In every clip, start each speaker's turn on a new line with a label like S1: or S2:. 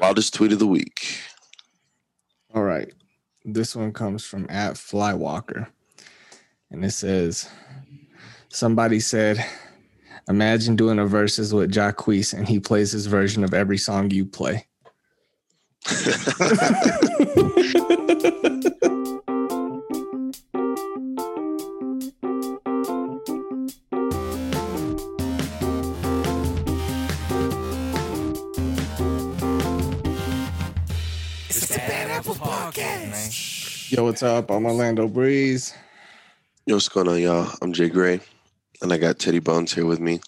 S1: Wildest tweet of the week.
S2: All right. This one comes from at Flywalker. And it says somebody said, Imagine doing a verses with Jacquees and he plays his version of every song you play.
S3: It's the Bad Apple Podcast.
S2: Yo, what's up? I'm Orlando Breeze.
S1: Yo, what's going on, y'all? I'm Jay Gray, and I got Teddy Bones here with me.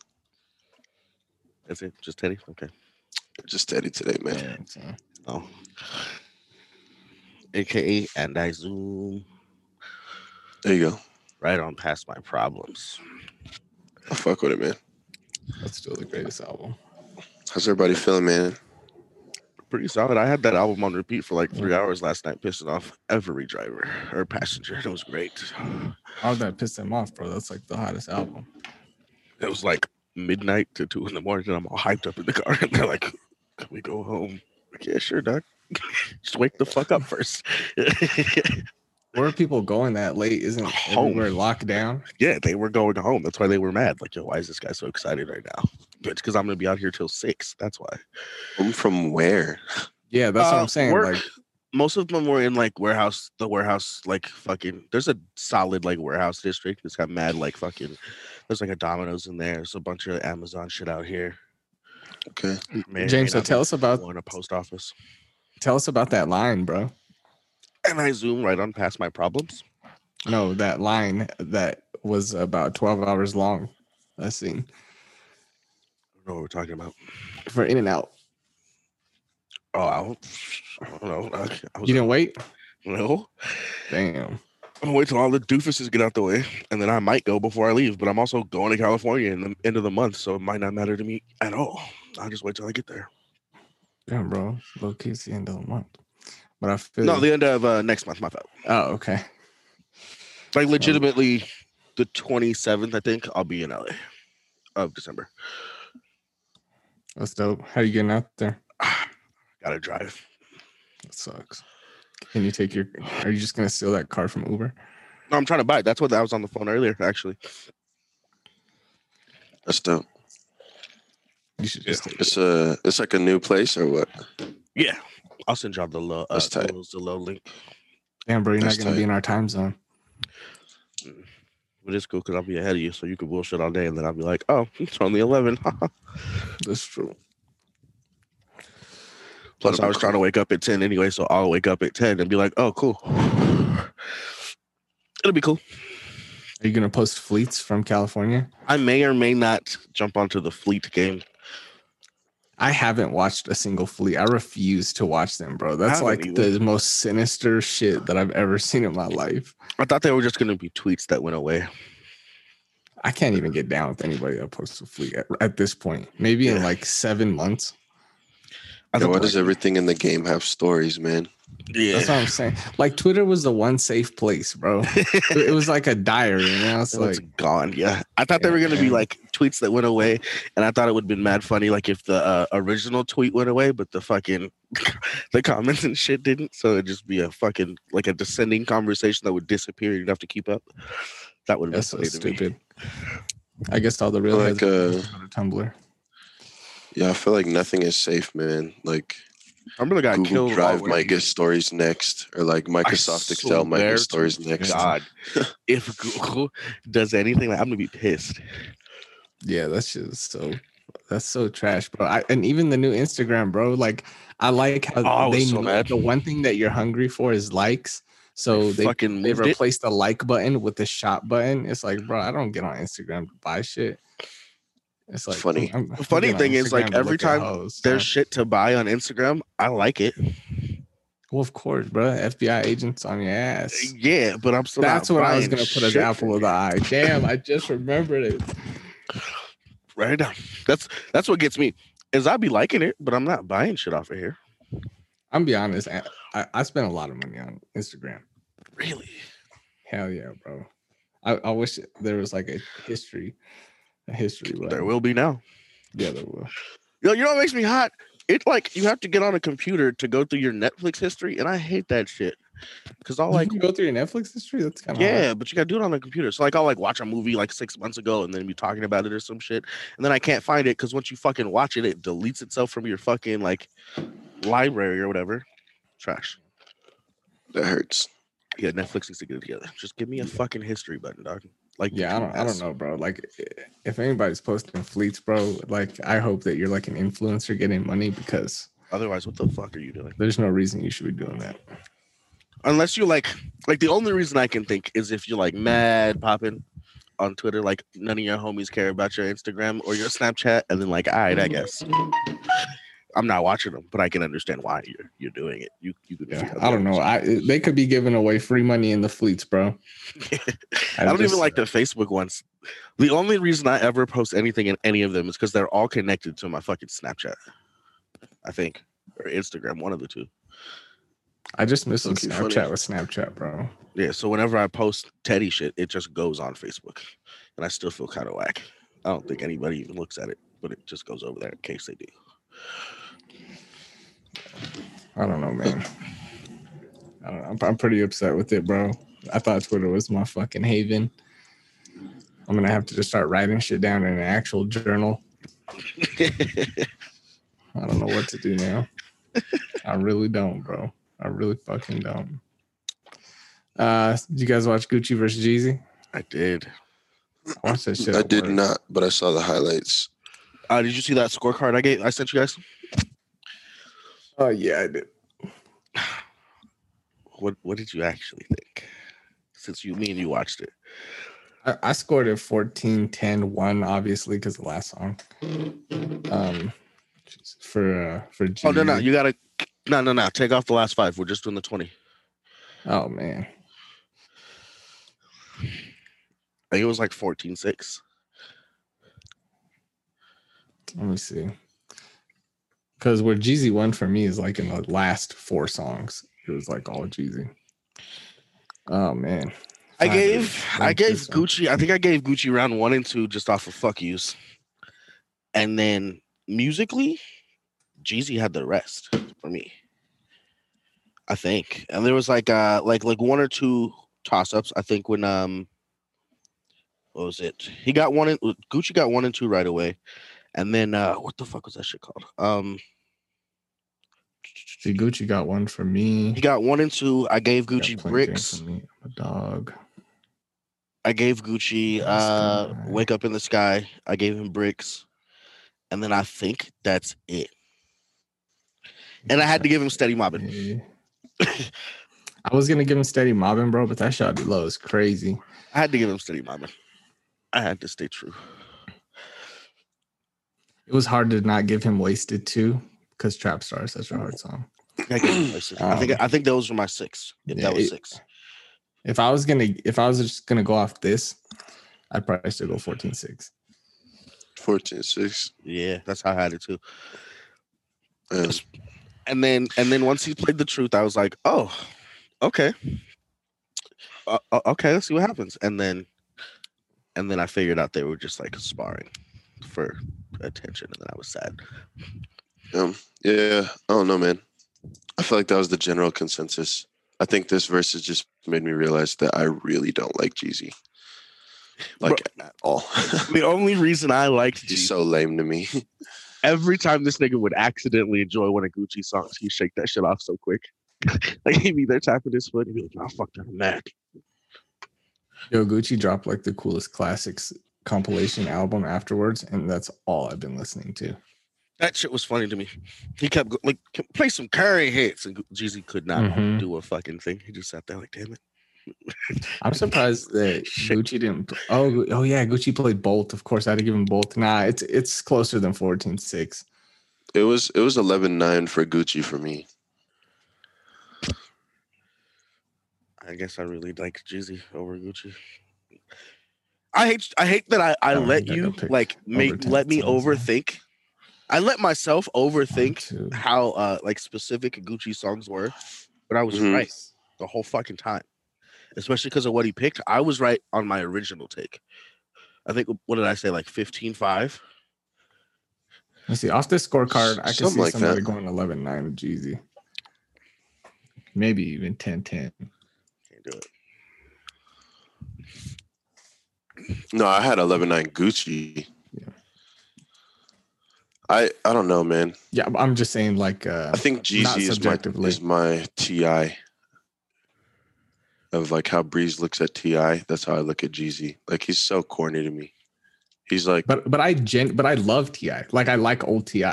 S4: That's it. Just Teddy. Okay.
S1: Just Teddy today, man.
S2: And, uh,
S4: Oh. AKA and I zoom
S1: There you go.
S4: right on past my problems.
S1: I fuck with it, man.
S2: That's still the greatest album.
S1: How's everybody feeling, man?
S4: Pretty solid. I had that album on repeat for like three hours last night, pissing off every driver or passenger. It was great.
S2: How did that piss him off, bro? That's like the hottest album.
S4: It was like midnight to two in the morning, and I'm all hyped up in the car, and they're like, "Can we go home?" Like, yeah, sure, doc. Just wake the fuck up first.
S2: Where are people going that late? Isn't
S4: Home.
S2: everywhere locked down?
S4: yeah, they were going home. That's why they were mad. Like, yo, why is this guy so excited right now? It's because I'm gonna be out here till six. That's why.
S1: Home from where?
S2: Yeah, that's what
S4: Uh,
S2: I'm saying.
S4: work-
S2: Like,
S4: most of them were in like warehouse, the warehouse, like fucking. There's a solid like warehouse district. It's got mad like fucking. There's like a Domino's in there. There's a bunch of Amazon shit out here.
S1: Okay.
S4: May or may
S2: James, so
S4: not be
S2: tell us about
S4: one, a post office.
S2: tell us about that line, bro.
S4: And I zoom right on past my problems.
S2: No, that line that was about 12 hours long. That scene
S4: I don't know what we're talking about.
S2: for In and Out.
S4: Oh, I don't, I don't know. I, I was
S2: You didn't wait?
S4: no.
S2: Damn.
S4: I'm gonna wait till all the doofuses get out the way, and then I might go before I leave. But I'm also going to California in the end of the month, so it might not matter to me at all. I'll just wait till I get there.
S2: Damn, bro. Low key, it's the end of the month. But I feel.
S4: No, the end of uh, next month. My fault.
S2: oh, okay.
S4: Like legitimately, the twenty seventh, I think I'll be in LA of December.
S2: That's dope. How you getting out there?
S4: Gotta drive.
S2: That sucks. Can you take your. Are you just going to steal that car from Uber?
S4: No, I'm trying to buy it. That's what I was on the phone earlier. Actually,
S1: That's dope.
S2: You should just take it.
S1: It's a it's like a new place or what?
S4: yeah, I'll send y'all the low. Uh,
S1: That's tight.
S4: the low link.
S2: Damn, bro. You're not
S1: that's
S2: going to
S1: tight.
S2: be in our time zone.
S4: But it's cool because I'll be ahead of you, so you can bullshit all day, and then I'll be like, "Oh, it's only 11.
S2: That's true.
S4: Plus, I was trying to wake up at ten anyway, so I'll wake up at ten and be like, "Oh, cool." It'll be cool.
S2: Are you going to post fleets from California?
S4: I may or may not jump onto the fleet game.
S2: I haven't watched a single fleet. I refuse to watch them, bro. That's
S4: haven't
S2: like
S4: either.
S2: the most sinister shit that I've ever seen in my life.
S4: I thought they were just going to be tweets that went away.
S2: I can't even get down with anybody that posts a fleet at, at this point. Maybe in
S4: Yeah.
S2: like seven months.
S4: I
S1: Yo,
S4: thought
S1: why
S4: they
S1: does
S4: were-
S1: everything in the game have stories, man?
S4: Yeah.
S2: That's what I'm saying. Like Twitter was the one safe place, bro. It- it was like a diary. You know, it's
S4: So it's
S2: like
S4: gone. Yeah, I thought they were gonna be
S2: Yeah.
S4: like tweets that went away, and I thought it would have been mad funny, like if the uh, original tweet went away, but the fucking the comments and shit didn't. So it'd just be a fucking like a descending conversation that would disappear. You'd have to keep up. That would have been
S2: that's so
S4: funny to me.
S2: stupid. I guess all the real
S1: Like,
S2: like
S1: uh,
S2: Tumblr.
S1: Yeah, I feel like nothing is safe, man. Like
S4: I remember the guy
S1: Google
S4: killed
S1: Drive
S4: already.
S1: might get stories next, or like Microsoft Excel might
S4: swear
S1: get
S4: to
S1: stories next.
S4: God, if Google does anything, like, I'm gonna be pissed.
S2: Yeah, that's just so that's so trash, bro. I, and even the new Instagram, bro. Like I like how
S4: Oh, I was
S2: they
S4: so
S2: kn-
S4: mad.
S2: the one thing that you're hungry for is likes. So they
S4: fucking
S2: they
S4: moved it.
S2: replaced the like button with the shop button. It's like, bro, I don't get on Instagram to buy shit. It's like
S1: Funny.
S2: I'm- I'm
S4: funny
S2: getting on
S4: thing is, like,
S2: Instagram to
S4: every
S2: look at
S4: time
S2: hoes,
S4: There's
S2: huh?
S4: shit to buy on Instagram. I like it.
S2: well, of course, bro. FBI agents on your ass.
S4: Yeah, but I'm still. not
S2: That's what I was
S4: buying
S2: gonna put as
S4: shit
S2: apple of the eye. Damn, I just remembered it.
S4: right now. That's that's what gets me is I be liking it, but I'm not buying shit off of here.
S2: I'm be honest. I, I, I spent a lot of money on Instagram.
S4: Really?
S2: Hell yeah, bro. I, I wish there was like a history, a history.
S4: There
S2: button.
S4: will be now.
S2: Yeah, there will.
S4: Yo, you know what makes me hot? It's like you have to get on a computer to go through your Netflix history, and I hate that shit. Cause I'll like
S2: you can go through your Netflix history. That's kind of
S4: yeah, but you gotta do it on the computer. So like I'll like watch a movie like six months ago and then be talking about it or some shit. And then I can't find it because once you fucking watch it, it deletes itself from your fucking like library or whatever. Trash.
S1: That hurts.
S4: Yeah, Netflix needs to get it together. Just give me a fucking history button, dog. Like
S2: Yeah, I don't. I don't know, bro. Like, if anybody's posting fleets, bro, like I hope that you're like an influencer getting money because
S4: Otherwise, what the fuck are you doing?
S2: there's no reason you should be doing that.
S4: Unless you like like the only reason I can think is if you're like mad popping on Twitter, like none of your homies care about your Instagram or your Snapchat, and then like, all right,
S2: Mm-hmm.
S4: I guess. I'm not watching them, but I can understand why you're you're doing it. You you could
S2: Yeah,
S4: figure out
S2: I
S4: the
S2: don't know. I they could be giving away free money in the fleets, bro.
S4: I don't
S2: just-
S4: even like the Facebook ones. The only reason I ever post anything in any of them is because they're all connected to my fucking Snapchat, I think, or Instagram, one of the two.
S2: I just miss when
S1: Looking
S2: Snapchat
S1: funny.
S2: with Snapchat, bro.
S4: Yeah. So whenever I post Teddy shit, it just goes on Facebook, and I still feel kind of whack. I don't think anybody even looks at it, but it just goes over there in case they do.
S2: I don't know, man. I don't know. I'm, I'm pretty upset with it, bro. I thought Twitter was my fucking haven. I'm gonna have to just start writing shit down in an actual journal. I don't know what to do now. I really don't, bro. I really fucking don't. Uh, did you guys watch Gucci versus Jeezy?
S4: I did.
S2: I watched that shit.
S1: I
S2: at
S1: did
S2: work.
S1: not, but I saw the highlights.
S4: Uh, did you see that scorecard I gave? I sent you guys.
S2: Oh yeah, I did.
S4: What What did you actually think? Since you, me, and you watched it.
S2: I, I scored a 14 10 1 obviously because the last song um jeez, for uh for
S4: Oh no, no,
S2: Jeezy.
S4: you gotta. No, no, no. Take off the last five. We're just doing the twenty.
S2: oh man
S4: I think it was like 14 6.
S2: let me see because where Jeezy won for me is like in the last four songs it was like all Jeezy oh man
S4: I
S2: Five
S4: gave
S2: is-
S4: I
S2: five
S4: gave
S2: is, uh,
S4: Gucci, I think I gave Gucci round one and two just off of fuck yous. And then musically, Jeezy had the rest for me. I think. And there was like uh like like one or two toss ups. I think when um what was it? He got one in Gucci got one and two right away. And then uh what the fuck was that shit called? Um
S2: see Gucci got one for me
S4: he got one and two. I gave
S2: Got Plain
S4: Gucci
S2: Jane
S4: bricks.
S2: for me. I'm a dog
S4: I gave Gucci
S2: Yes,
S4: uh
S2: alright.
S4: Wake Up in the Sky. I gave him bricks. And then I think that's it. And I had to give him steady mobbing.
S2: Yeah. I was gonna give him steady mobbing bro but that shot low is crazy
S4: I had to give him steady mobbing. I had to stay true.
S2: It was hard to not give him wasted too, because Trap Star is such a hard song.
S4: I, gave him my six. I think
S2: Um,
S4: I think those were my six. If
S2: yeah,
S4: that was
S2: it-
S4: six.
S2: If I was gonna if I was just gonna go off this, I'd probably still go 14-6.
S1: 14 6.
S4: Yeah, that's how I had it too. And then and then once he played the truth, I was like, oh, okay. Uh, uh, okay, let's see what happens. And then and then I figured out they were just like sparring for attention, and then I was sad.
S1: Yeah, I don't know, man. I feel like that was the general consensus. I think this versus just made me realize that I really don't like Jeezy.
S4: Bro-
S1: Like at all.
S4: The only reason I liked Jeezy,
S1: He's so lame to me.
S4: every time this nigga would accidentally enjoy one of Gucci songs, he'd shake that shit off so quick. like he'd be there tapping his foot and be like, "Nah, fuck that, I'm mad."
S2: Yo, Gucci dropped like the coolest classics compilation album afterwards, and that's all I've been listening to.
S4: That shit was funny to me. He kept go- like "Can- play some curry hits, and Gu- Jeezy could not
S2: Mhm.
S4: do a fucking thing. He just sat there like, "Damn it."
S2: I'm surprised that
S4: Shit.
S2: Gucci didn't pl- oh Gu- oh yeah, Gucci played Bolt. Of course, I had to give him Bolt. Nah, it's it's closer than 14-6.
S1: It was it was 11 9 for Gucci for me.
S4: I guess I really like Jeezy over Gucci. I hate I hate that I, I
S2: Oh,
S4: let
S2: yeah,
S4: you
S2: don't pick
S4: like
S2: over
S4: make
S2: 10
S4: let me
S2: songs, yeah.
S4: overthink. I let myself overthink
S2: Two.
S4: how uh like specific Gucci songs were, but I was
S1: Mhm.
S4: right the whole fucking time. Especially because of what he picked. I was right on my original take. I think what did I say, like 15-5?
S2: me see. Off this scorecard, I can
S1: Something
S2: see
S1: like
S2: somebody
S1: that.
S2: going 11 9 with Jeezy. Maybe even 10 10.
S4: Can't do it.
S1: No, I had 11.9 Gucci.
S2: Yeah.
S1: I I don't know, man.
S2: Yeah, but I'm just saying, like, uh,
S1: I think
S2: Not
S1: Jeezy is my
S2: subjectively.
S1: is my TI of like how Breeze looks at TI. That's how I look at Jeezy. Like he's so corny to me. He's like
S2: but but I gen but I love Ti. Like I like old Ti.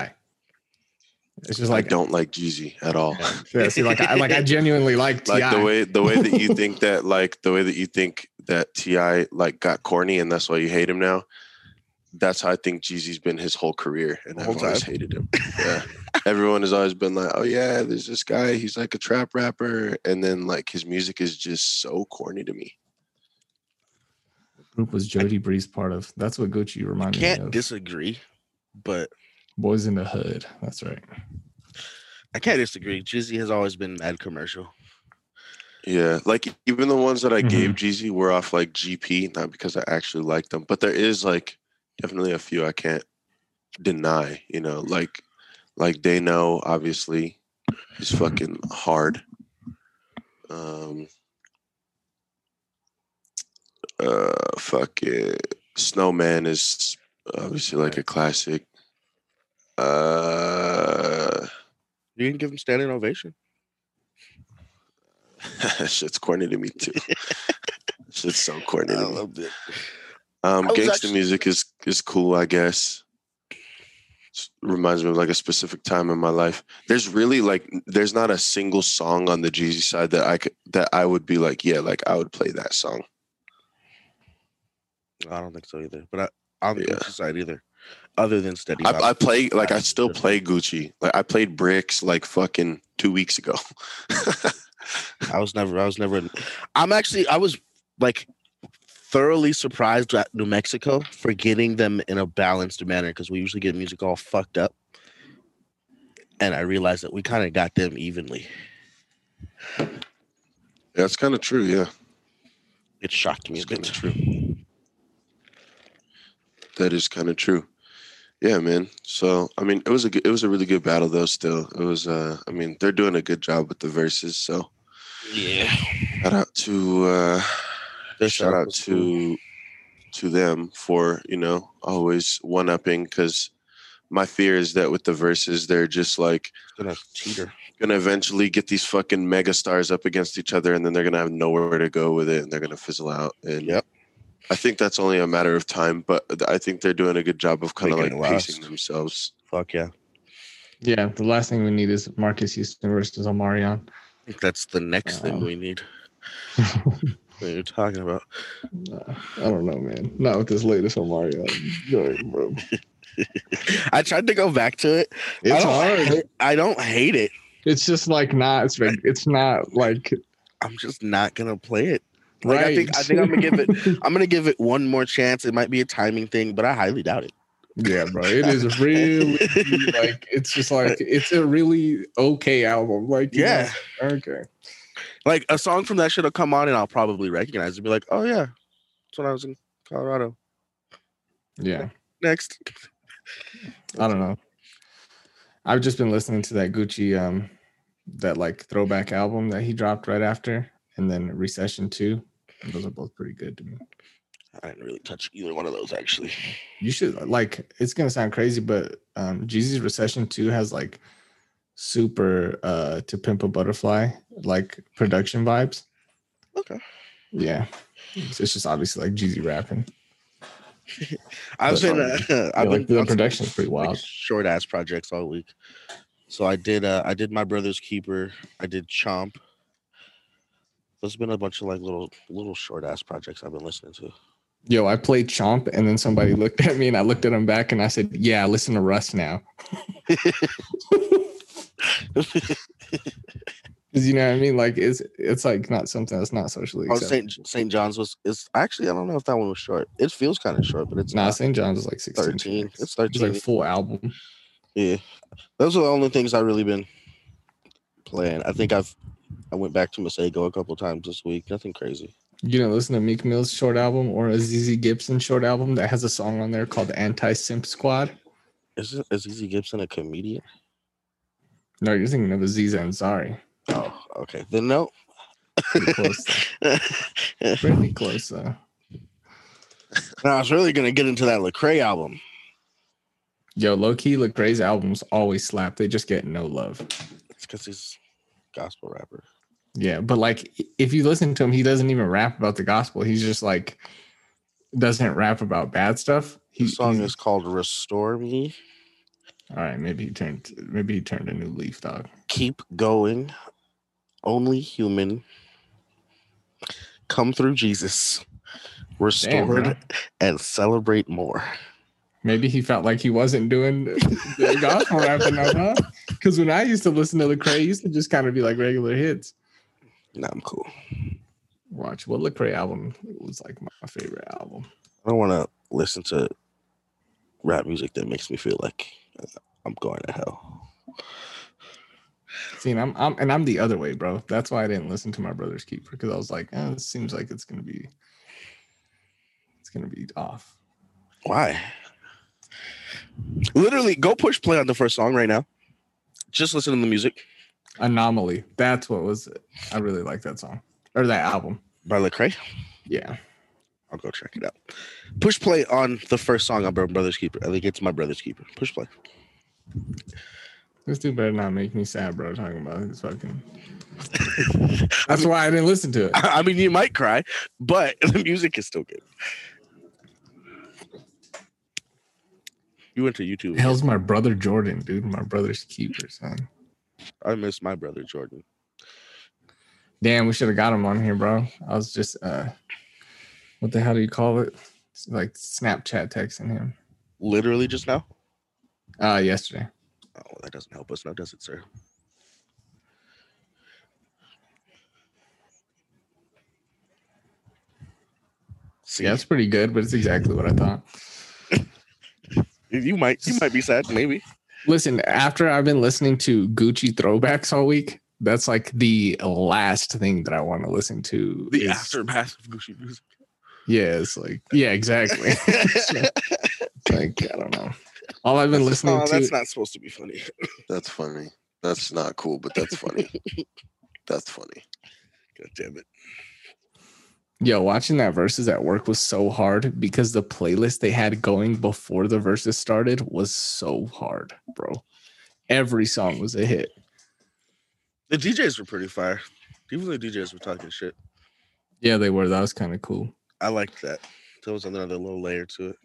S2: It's just
S1: I
S2: like
S1: don't like Jeezy at all.
S2: yeah, see, like I like I genuinely like Ti.
S1: like the way the way that you think that like the way that you think that Ti like got corny and that's why you hate him now. That's how I think Jeezy's been his whole career, and
S4: Whole
S1: I've always hated him. Yeah, everyone has always been like, "Oh yeah, there's this guy. He's like a trap rapper," and then like his music is just so corny to me.
S2: group was Jody Breeze part of. That's what Gucci reminded me
S4: Can't
S2: of.
S4: disagree, but
S2: Boys in the Hood. That's right.
S4: I can't disagree. Jeezy has always been mad commercial.
S1: Yeah, like even the ones that I
S2: Mhm.
S1: gave Jeezy were off like GP, not because I actually like them, but there is like definitely a few I can't deny. You know, like like they know obviously is fucking hard. Um, uh, fuck it. Snowman is obviously like a classic. Uh,
S4: You can give him standing ovation.
S1: shit's corny to me too. shit's so corny.
S4: I
S1: to me.
S4: loved it.
S1: Um,
S4: I was
S1: gangsta
S4: actually-
S1: music is is cool, I guess. S- Reminds me of like a specific time in my life. There's really like n- there's not a single song on the Jeezy side that I could that I would be like, yeah, like I would play that song.
S4: I don't think so either. But I, I'm
S1: Yeah.
S4: the side either. Other than Steady Bob.
S1: I, I play like I
S4: that's
S1: still
S4: different.
S1: play Gucci. Like I played Bricks like fucking two weeks ago.
S4: I was never, I was never. I'm actually, I was like thoroughly surprised at New Mexico for getting them in a balanced manner because we usually get music all fucked up. And I realized that we kind of got them evenly.
S1: That's kind of true. Yeah,
S4: It shocked me.
S1: it's
S4: a
S1: kind
S4: bit.
S1: of true. That is kind of true. Yeah, man. So I mean, it was a good, it was a really good battle though. Still, it was. uh I mean, they're doing a good job with the verses. So
S4: Yeah.
S1: Shout out to uh,
S4: Their
S1: shout
S4: sound
S1: out
S4: was cool.
S1: to to them for you know always one upping because my fear is that with the verses they're just like
S4: Gonna teeter.
S1: gonna eventually get these fucking mega stars up against each other and then they're gonna have nowhere to go with it and they're gonna fizzle out and
S4: Yep.
S1: I think that's only a matter of time but I think they're doing a good job of kind of
S4: Making
S1: like
S4: it
S1: pacing
S4: last.
S1: themselves
S4: Fuck yeah.
S2: Yeah, the last thing we need is Marcus Houston versus Omarion.
S4: I think that's the next thing
S2: Um,
S4: we need. What you're talking about.
S2: I don't know, man. Not with this latest Omarion joint, bro.
S4: I tried to go back to it. I
S2: It's
S4: don't
S2: hard.
S4: hate- I don't hate it.
S2: It's just like not. It's like it's not like
S4: I'm just not gonna play it. Like
S2: right.
S4: I think I think I'm gonna give it I'm gonna give it one more chance. It might be a timing thing, but I highly doubt it.
S2: Yeah, bro. It is really like it's just like it's a really okay album. Like you
S4: Yeah.
S2: know, okay.
S4: Like a song from that shit'll come on and I'll probably recognize it. Be like, oh yeah, that's when I was in Colorado.
S2: Yeah,
S4: Next.
S2: I don't know. I've just been listening to that Gucci um that like throwback album that he dropped right after, and then Recession Two. Those are both pretty good to me.
S4: I didn't really touch either one of those actually.
S2: You should like it's gonna sound crazy, but um Jeezy's Recession 2 has like super uh to pimp a butterfly like production vibes.
S4: Okay.
S2: Yeah. It's, it's just obviously like Jeezy rapping.
S4: I've
S2: That's
S4: been
S2: fine.
S4: uh,
S2: Yeah,
S4: I've
S2: like
S4: been
S2: the
S4: on some,
S2: production's pretty
S4: like,
S2: wild.
S4: short ass projects all week. So I did uh I did my brother's keeper, I did chomp. There's been a bunch of like little little short ass projects I've been listening to.
S2: Yo, I played Chomp and then somebody looked at me and I looked at him back and I said, Yeah, listen to Russ now. Cause you know what I mean? Like it's it's like not something that's not socially
S4: Oh,
S2: acceptable.
S4: St. St. John's was is actually I don't know if that one was short. It feels kind of short, but it's
S2: Nah,
S4: not.
S2: St. John's is like 16
S4: 13.
S2: tracks.
S4: It's
S2: It's like
S4: 13.
S2: full album.
S4: Yeah, those are the only things I really been playing. I think I've I went back to Masego a couple times this week. Nothing crazy.
S2: You know, listen to Meek Mill's short album or a ZZ Gibson short album that has a song on there called Anti Simp Squad.
S4: Is it- is Easy Gibson a comedian?
S2: No, you're thinking of Aziz Ansari.
S4: Oh, okay. Then no.
S2: Pretty close.
S4: no,
S2: Pretty close though.
S4: I was really gonna get into that Lecrae album.
S2: Yo, low key Lecrae's albums always slap. They just get no love.
S4: It's because he's a gospel rapper.
S2: Yeah, but like if you listen to him, he doesn't even rap about the gospel. He's just like doesn't rap about bad stuff. He,
S4: His song
S2: he's-
S4: is called "Restore Me."
S2: all right. Maybe he turned. Maybe he turned a new leaf, dog.
S4: Keep going. Only human. Come through Jesus.
S2: Damn,
S4: Restored
S2: bro.
S4: and celebrate more.
S2: Maybe he felt like he wasn't doing the gospel rap enough, huh? Because when I used to listen to Lecrae, it used to just kind of be like regular hits.
S4: Nah, I'm cool.
S2: Watch what Lecrae album was like my favorite album.
S4: I don't want to listen to rap music that makes me feel like I'm going to hell.
S2: See, and I'm, I'm and I'm the other way, bro. That's why I didn't listen to my brother's keeper because I was like, eh, it seems like it's gonna be, it's gonna be off.
S4: Why? Literally, go push play on the first song right now. Just listen to the music
S2: Anomaly. That's what was. I really like that song or that album.
S4: by Lecrae.
S2: Yeah,
S4: I'll go check it out. Push play on the first song on Bro- Brother's Keeper. I think it's my Brother's Keeper. Push play.
S2: this dude better not make me sad, bro. Talking about his fucking. That's why I didn't listen to it.
S4: I mean, you might cry, but the music is still good. You went to YouTube.
S2: Hell's my brother Jordan, dude. My brother's keeper, son.
S4: I miss my brother Jordan.
S2: Damn, we should have got him on here, bro. I was just uh, what the hell do you call it? It's like Snapchat texting him.
S4: Literally just now.
S2: Uh, yesterday.
S4: Oh, well, that doesn't help us now, does it, sir? See,
S2: Yeah, that's pretty good, but it's exactly what I thought.
S4: you might you might be sad, maybe.
S2: Listen, after I've been listening to Gucci throwbacks all week, that's like the last thing that I want to listen to.
S4: The
S2: is-
S4: aftermath of Gucci music.
S2: Yeah, it's like, yeah, exactly. It's like, I don't know. All I've been listening
S4: oh,
S2: to.
S4: that's not supposed to be funny.
S1: That's funny. That's not cool, but that's funny. that's funny.
S4: God damn it.
S2: Yo, watching that verses at work was so hard because the playlist they had going before the verses started was so hard, bro. Every song was a hit.
S4: The DJs were pretty fire. Even the DJs were talking shit.
S2: Yeah, they were. That was kind of cool.
S4: I liked that. There was another little layer to it.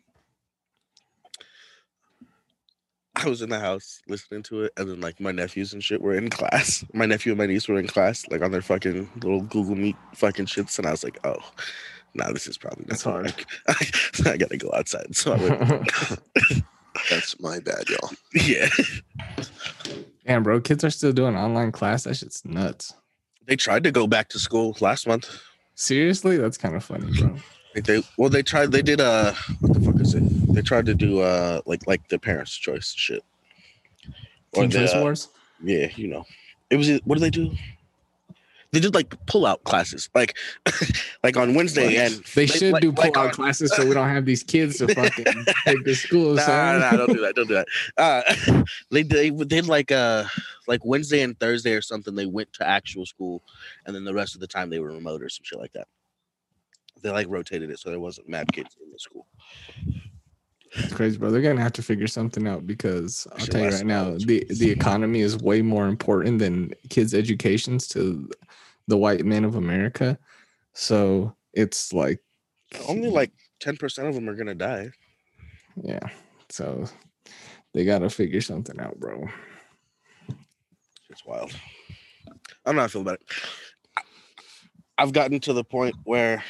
S4: I was in the house listening to it, and then like my nephews and shit were in class. My nephew and my niece were in class, like on their fucking little Google Meet fucking shits, and I was like, "Oh, nah, this is probably not
S2: That's
S4: gonna
S2: hard.
S4: work." so I gotta go outside. So I went,
S1: That's my bad, y'all.
S4: yeah,
S2: Damn, bro, kids are still doing online class. That shit's nuts.
S4: they tried to go back to school last month.
S2: Seriously, that's kind of funny, bro.
S4: Like they well, they tried. They did uh, what the fuck is it? They tried to do uh, like like the parents' choice shit. Or
S2: Teen
S4: the,
S2: Choice
S4: uh,
S2: Wars.
S4: yeah, you know, it was. What do they do? They did like pull-out classes, like like on Wednesday,
S1: What?
S4: and
S2: They should
S4: like-
S2: do pull
S4: like
S2: out
S4: on-
S2: classes so we don't have these kids to fucking take to school.
S4: Nah,
S2: son.
S4: nah, don't do that. Don't do that. Uh, they they did like uh like Wednesday and Thursday or something. They went to actual school, and then the rest of the time they were remote or some shit like that. They like rotated it so there wasn't mad kids in the school.
S2: It's crazy, bro. They're gonna have to figure something out because I'll
S4: Shit
S2: tell you
S4: lasts
S2: right now,
S4: hours.
S2: the the economy is way more important than kids' educations to the white men of America. So it's like
S4: Only like ten percent of them are gonna die.
S2: yeah. So they gotta figure something out, bro.
S4: It's wild. I don't know how I feel about it. I've gotten to the point where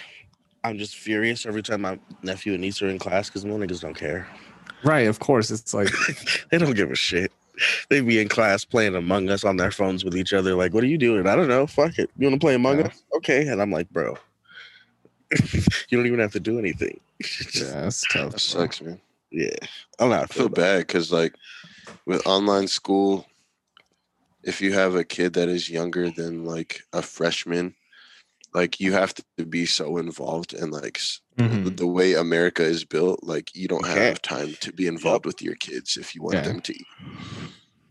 S4: I'm just furious every time my nephew and niece are in class because more niggas don't care.
S2: Right, of course. It's like
S4: They don't give a shit. They be in class playing Among Us on their phones with each other. Like, what are you doing? I don't know. Fuck it. You want to play Among
S2: Yeah.
S4: Us? Okay. And I'm like, bro, you don't even have to do anything. Just-
S2: yeah, it's tough.
S1: That
S2: bro.
S1: sucks, man.
S4: yeah. I don't know. How I
S1: I
S4: feel
S1: feel
S4: about it.
S1: bad because, like, with online school, if you have a kid that is younger than like a freshman, like you have to be so involved and like s-
S2: Mhm.
S1: the way America is built, like Mm-hmm. you don't
S4: Okay.
S1: have time to be involved with your kids if you want
S2: Yeah.
S1: them to eat.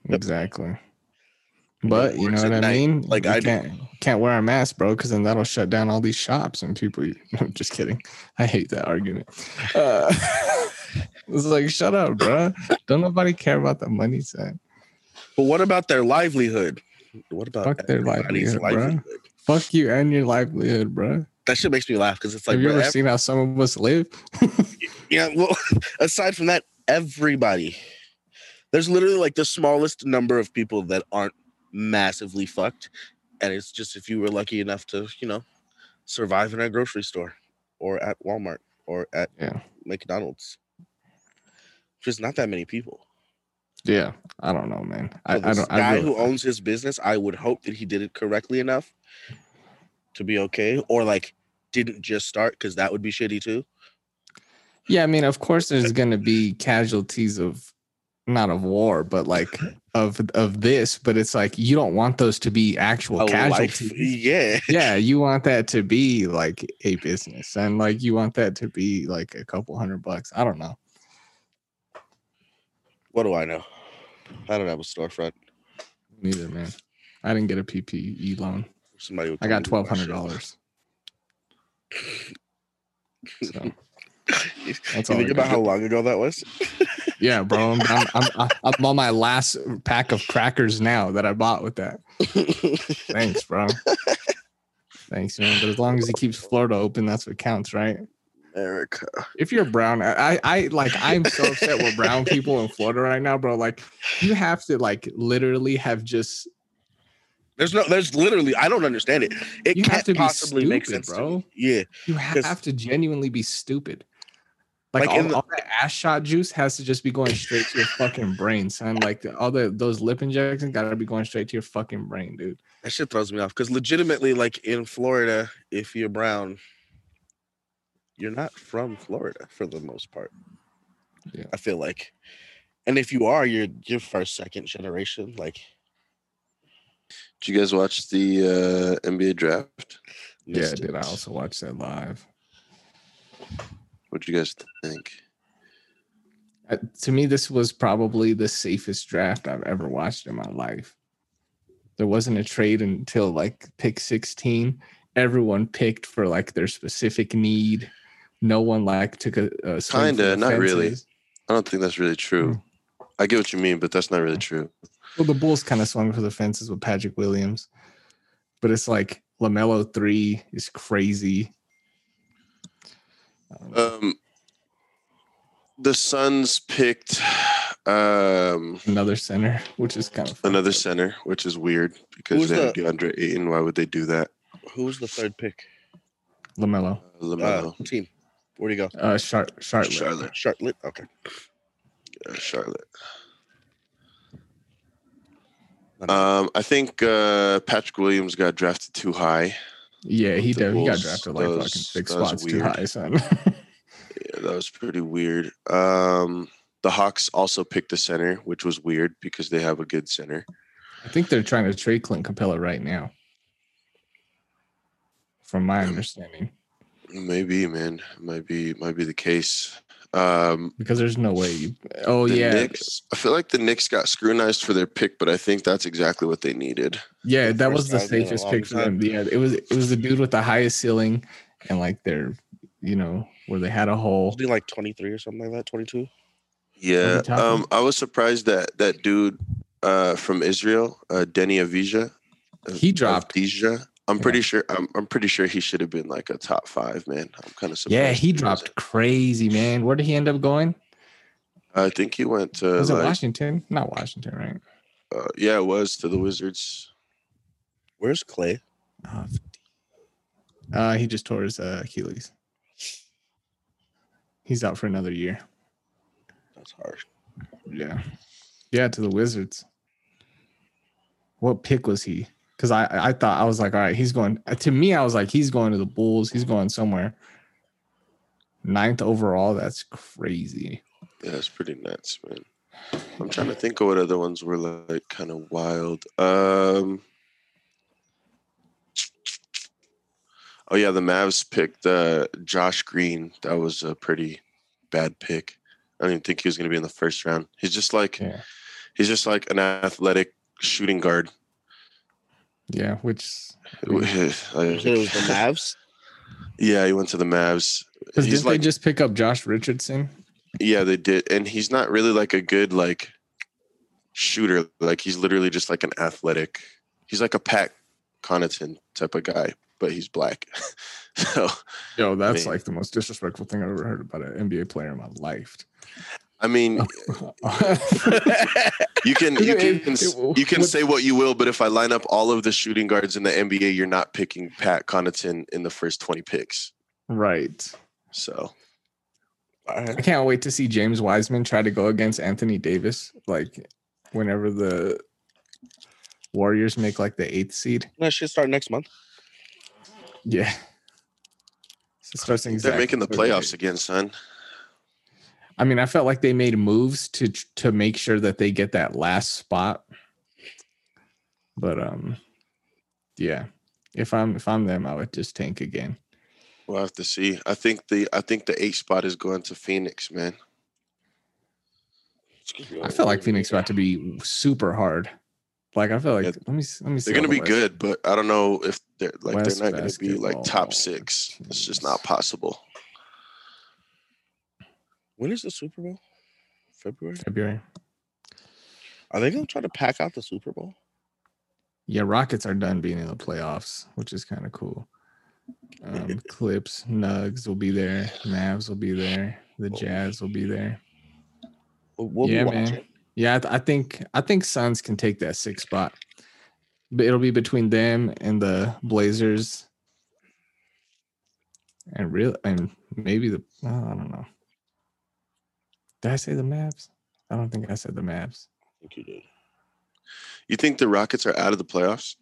S2: Exactly.
S4: It
S2: But you know
S4: works
S2: what
S4: at
S2: I
S4: night,
S2: mean?
S4: like
S2: You
S4: I do.
S2: can't, can't wear a mask, bro, because then that'll shut down all these shops and people. I'm just kidding. I hate that argument. Uh, it's like, shut up, bro. Don't nobody care about the money side.
S4: But what about their livelihood? What about
S2: Fuck their
S4: everybody's
S2: livelihood, bruh. Fuck you and your livelihood, bro.
S4: That shit makes me laugh because it's like,
S2: Have you
S4: bruh,
S2: ever
S4: ev-
S2: seen how some of us live?
S4: yeah. Well, aside from that, everybody. There's literally like the smallest number of people that aren't massively fucked, and it's just if you were lucky enough to, you know, survive in a grocery store, or at Walmart, or at
S2: Yeah.
S4: McDonald's. Just not that many people.
S2: Yeah, I don't know, man. I, I
S4: So this
S2: don't.
S4: guy
S2: I really,
S4: who owns his business, I would hope that he did it correctly enough to be okay, or like didn't just start because that would be shitty too.
S2: yeah, I mean, of course, there's gonna be casualties of not of war, but like of of this. But it's like you don't want those to be actual
S4: A life-
S2: casualties.
S4: yeah,
S2: yeah, you want that to be like a business, and like you want that to be like a couple hundred bucks. I don't know.
S4: what do I know? I don't have a storefront.
S2: Neither, man. I didn't get a PPE loan.
S4: Somebody, would
S2: I
S4: come
S2: got
S4: and do my
S2: twelve
S4: shit.
S2: hundred dollars. So,
S4: You
S2: that's
S4: You
S2: all I
S4: think
S2: got.
S4: about how long ago that was?
S2: Yeah, bro. I'm, I'm, I'm, I'm on my last pack of crackers now that I bought with that. Thanks, bro. Thanks, man. But as long as he keeps Florida open, that's what counts, right?
S4: America.
S2: If you're brown, I, I like, I'm so upset with brown people in Florida right now, bro. Like, you have to, like, literally have just,
S4: There's no, there's literally, I don't understand it. It
S2: You have
S4: can't
S2: to be
S4: possibly make
S2: stupid,
S4: sense, to
S2: bro.
S4: me. Yeah,
S2: you
S4: 'Cause-
S2: have to genuinely be stupid. Like,
S4: Like,
S2: all,
S4: in the-
S2: all that ass shot juice has to just be going straight to your fucking brain, son. Like, all the, those lip injections gotta be going straight to your fucking brain, dude.
S4: that shit throws me off because legitimately, like in Florida, if you're brown, you're not from Florida for the most part.
S2: Yeah.
S4: I feel like, and if you are, you're you're first, second generation. Like,
S1: Did you guys watch the uh, NBA draft?
S2: Yeah, I
S4: missed
S2: did. I
S4: it.
S2: also watched that live.
S1: What do you guys think?
S2: Uh, to me, this was probably the safest draft I've ever watched in my life. There wasn't a trade until like pick 16. Everyone picked for like their specific need. No one like took a, a swing
S1: Kinda,
S2: for the
S1: not really.
S2: fences.
S1: I don't think that's really true. I get what you mean, but that's not really true.
S2: Well, the Bulls kind of swung for the fences with Patrick Williams, but it's like Lamelo three is crazy. I don't know.
S1: Um, the Suns picked um,
S2: Another center, which is kind of
S1: another center, which is weird because
S4: Who's
S1: they had DeAndre Ayton. Why would they do that?
S4: Who was the third pick?
S2: Lamelo,
S4: Uh,
S1: Lamelo,
S4: team. Where do you go?
S2: uh, Shar- Charlotte.
S1: Charlotte,
S4: Charlotte. Okay.
S1: yeah, Charlotte.
S4: Let me-
S1: Um, I think uh, Patrick Williams got drafted too high.
S2: Yeah, he
S1: the
S2: did. He got
S1: Bulls.
S2: drafted like
S1: That was-
S2: fucking six
S1: that was
S2: spots too
S1: weird.
S2: high, son.
S1: Yeah, that was pretty weird. Um, the Hawks also picked a center, which was weird because they have a good center.
S2: I think they're trying to trade Clint Capella right now, from my understanding,
S1: Maybe, man, might be might be the case. Um,
S2: because there's no way. You, oh
S1: the
S2: yeah,
S1: Knicks. I feel like the Knicks got scrutinized for their pick, but I think that's exactly what they needed.
S2: yeah,
S4: the
S2: that was
S4: first
S2: the
S4: time in a
S2: safest
S4: long
S2: pick for
S4: time.
S2: them. Yeah, it was it was the dude with the highest ceiling, and like their, you know, where they had a hole.
S4: Wasn't he like 23 or something like that? 22?
S1: Yeah,
S2: talking-
S1: um, I was surprised that that dude uh, from Israel, uh, Denny Avija, uh,
S2: He dropped.
S1: Avdija. I'm
S2: Yeah.
S1: pretty sure. I'm, I'm pretty sure he should have been like a top five man. I'm kind of surprised.
S2: Yeah, he
S1: wasn't.
S2: dropped crazy, man. Where did he end up going?
S1: I think he went to
S2: Was it
S1: Uh, like,
S2: Washington? Not Washington, right?
S1: uh, yeah, it was to the Wizards.
S4: Where's Clay?
S2: Uh, he just tore his uh, Achilles. He's out for another year.
S4: That's hard.
S2: Yeah, yeah, to the Wizards. What pick was he? Because I I thought I was like, all right, he's going. To me, I was like, he's going to the Bulls. He's going somewhere. Ninth overall. That's crazy.
S1: Yeah, it's pretty nuts, man. I'm trying to think of what other ones were like kind of wild. Um, Oh yeah, the Mavs picked uh, Josh Green. That was a pretty bad pick. I didn't even think he was going to be in the first round. He's just like
S2: Yeah.
S1: he's just like an athletic shooting guard.
S2: Yeah, which
S4: You said it was the
S1: yeah,
S4: Mavs.
S1: he went to the Mavs.
S2: because
S1: He's
S2: didn't
S1: like-
S2: they just pick up Josh Richardson?
S1: Yeah, they did, and he's not really like a good like shooter. Like he's literally just like an athletic. He's like a Pat Connaughton type of guy, but he's black. so
S2: Yo, that's
S1: Man.
S2: like the most disrespectful thing I've ever heard about an NBA player in my life.
S1: I mean, you can you can you can say what you will, but if I line up all of the shooting guards in the NBA, you're not picking Pat Connaughton in the first 20 picks.
S2: right.
S1: So
S2: I can't wait to see James Wiseman try to go against Anthony Davis. Like whenever the Warriors make like the eighth seed.
S4: that should start next month.
S2: Yeah. So it starts
S1: they're
S2: exactly
S1: making the
S2: where they-
S1: playoffs again, son.
S2: I mean, I felt like they made moves to to make sure that they get that last spot. But um, yeah, if I'm if I'm them, I would just tank again.
S1: We'll have to see. I think the I think the eight spot is going to Phoenix, man.
S2: I feel like Phoenix about to be super hard. Like I feel like
S1: Yeah.
S2: let me see- let me see.
S1: They're gonna
S2: all the
S1: be
S2: West.
S1: good, but I don't know if they're like
S2: West
S1: they're not gonna be like
S2: basketball
S1: top six. It's just not
S2: teams.
S1: possible.
S4: When is the Super Bowl? February.
S2: February.
S4: Are they gonna try to pack out the Super Bowl?
S2: Yeah, Rockets are done being in the playoffs, which is kind of cool. Um, Clips, Nugs will be there. Mavs will be there. The Jazz will be there.
S4: We'll, we'll
S2: Yeah,
S4: be
S2: man.
S4: watching.
S2: Yeah, I, th- I think I think Suns can take that sixth spot, but it'll be between them and the Blazers, and real and maybe the oh, I don't know. Did I say the Mavs? I don't think I said the Mavs.
S4: I think you did.
S1: You think the Rockets are out of the playoffs?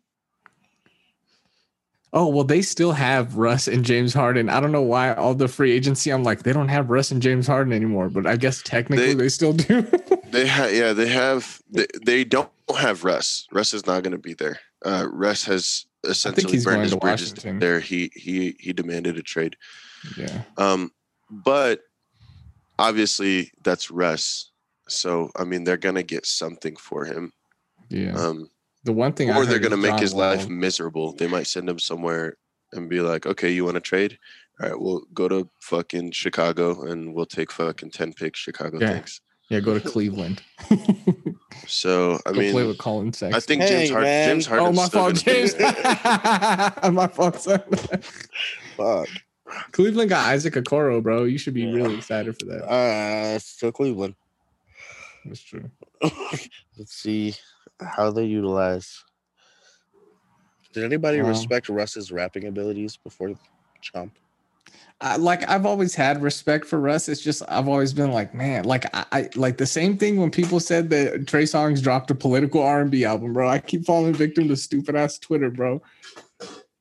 S2: Oh well, they still have Russ and James Harden. I don't know why all the free agency. I'm like they don't have Russ and James Harden anymore, but I guess technically
S1: They-
S2: they still do.
S1: They ha- yeah, they have they, they don't have Russ. Russ is not gonna be there. Uh Russ has essentially
S2: he's
S1: burned
S2: going
S1: his
S2: to
S1: bridges
S2: Washington.
S1: there. He he he demanded a trade.
S2: yeah,
S1: Um, but obviously that's Russ. So I mean they're gonna get something for him.
S2: yeah.
S1: Um
S2: the one thing, I
S1: or they're
S2: heard is
S1: going to make
S2: John
S1: his life
S2: Wall-
S1: miserable. They might send him somewhere and be like, "Okay, you want to trade? All right, we'll go to fucking Chicago and we'll take fucking ten picks. Chicago
S2: Yeah.
S1: thanks."
S2: Yeah, go to Cleveland.
S1: So I
S2: Go play
S1: mean,
S2: with Colin Sexton.
S1: I think James
S4: Hey,
S1: Harden.
S4: man.
S1: James Harden.
S2: oh, my fault, James. my fault, son.
S4: Fuck.
S2: Cleveland got Isaac Okoro, bro. You should be
S4: Yeah.
S2: really excited for that.
S4: Uh, still Cleveland.
S2: That's true.
S4: Let's see how they utilize. Did anybody
S2: Wow.
S4: respect Russ's rapping abilities before Chomp?
S2: I, like I've always had respect for Russ. It's just I've always been like, man, like I, I like the same thing when people said that Trey Songz dropped a political R and B album, bro. I keep falling victim to stupid ass Twitter, bro.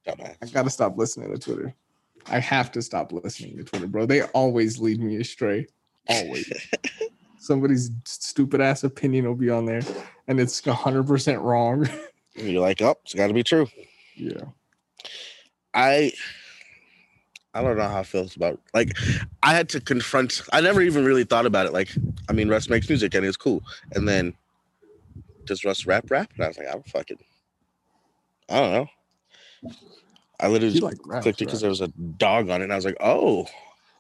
S4: Dumbass.
S2: I gotta stop listening to Twitter. I have to stop listening to Twitter, bro. They always lead me astray. Always. Somebody's stupid ass opinion will be on there, and it's hundred percent wrong.
S4: You're like, oh, it's got to be true.
S2: yeah.
S4: I I don't know how it feels about like I had to confront I never even really thought about it. Like, I mean Russ makes music and it's cool. And then does Russ rap rap? And I was like, I don't fucking I don't know. I literally
S2: You
S4: just
S2: like rap,
S4: clicked it because there was a dog on it and I was like, oh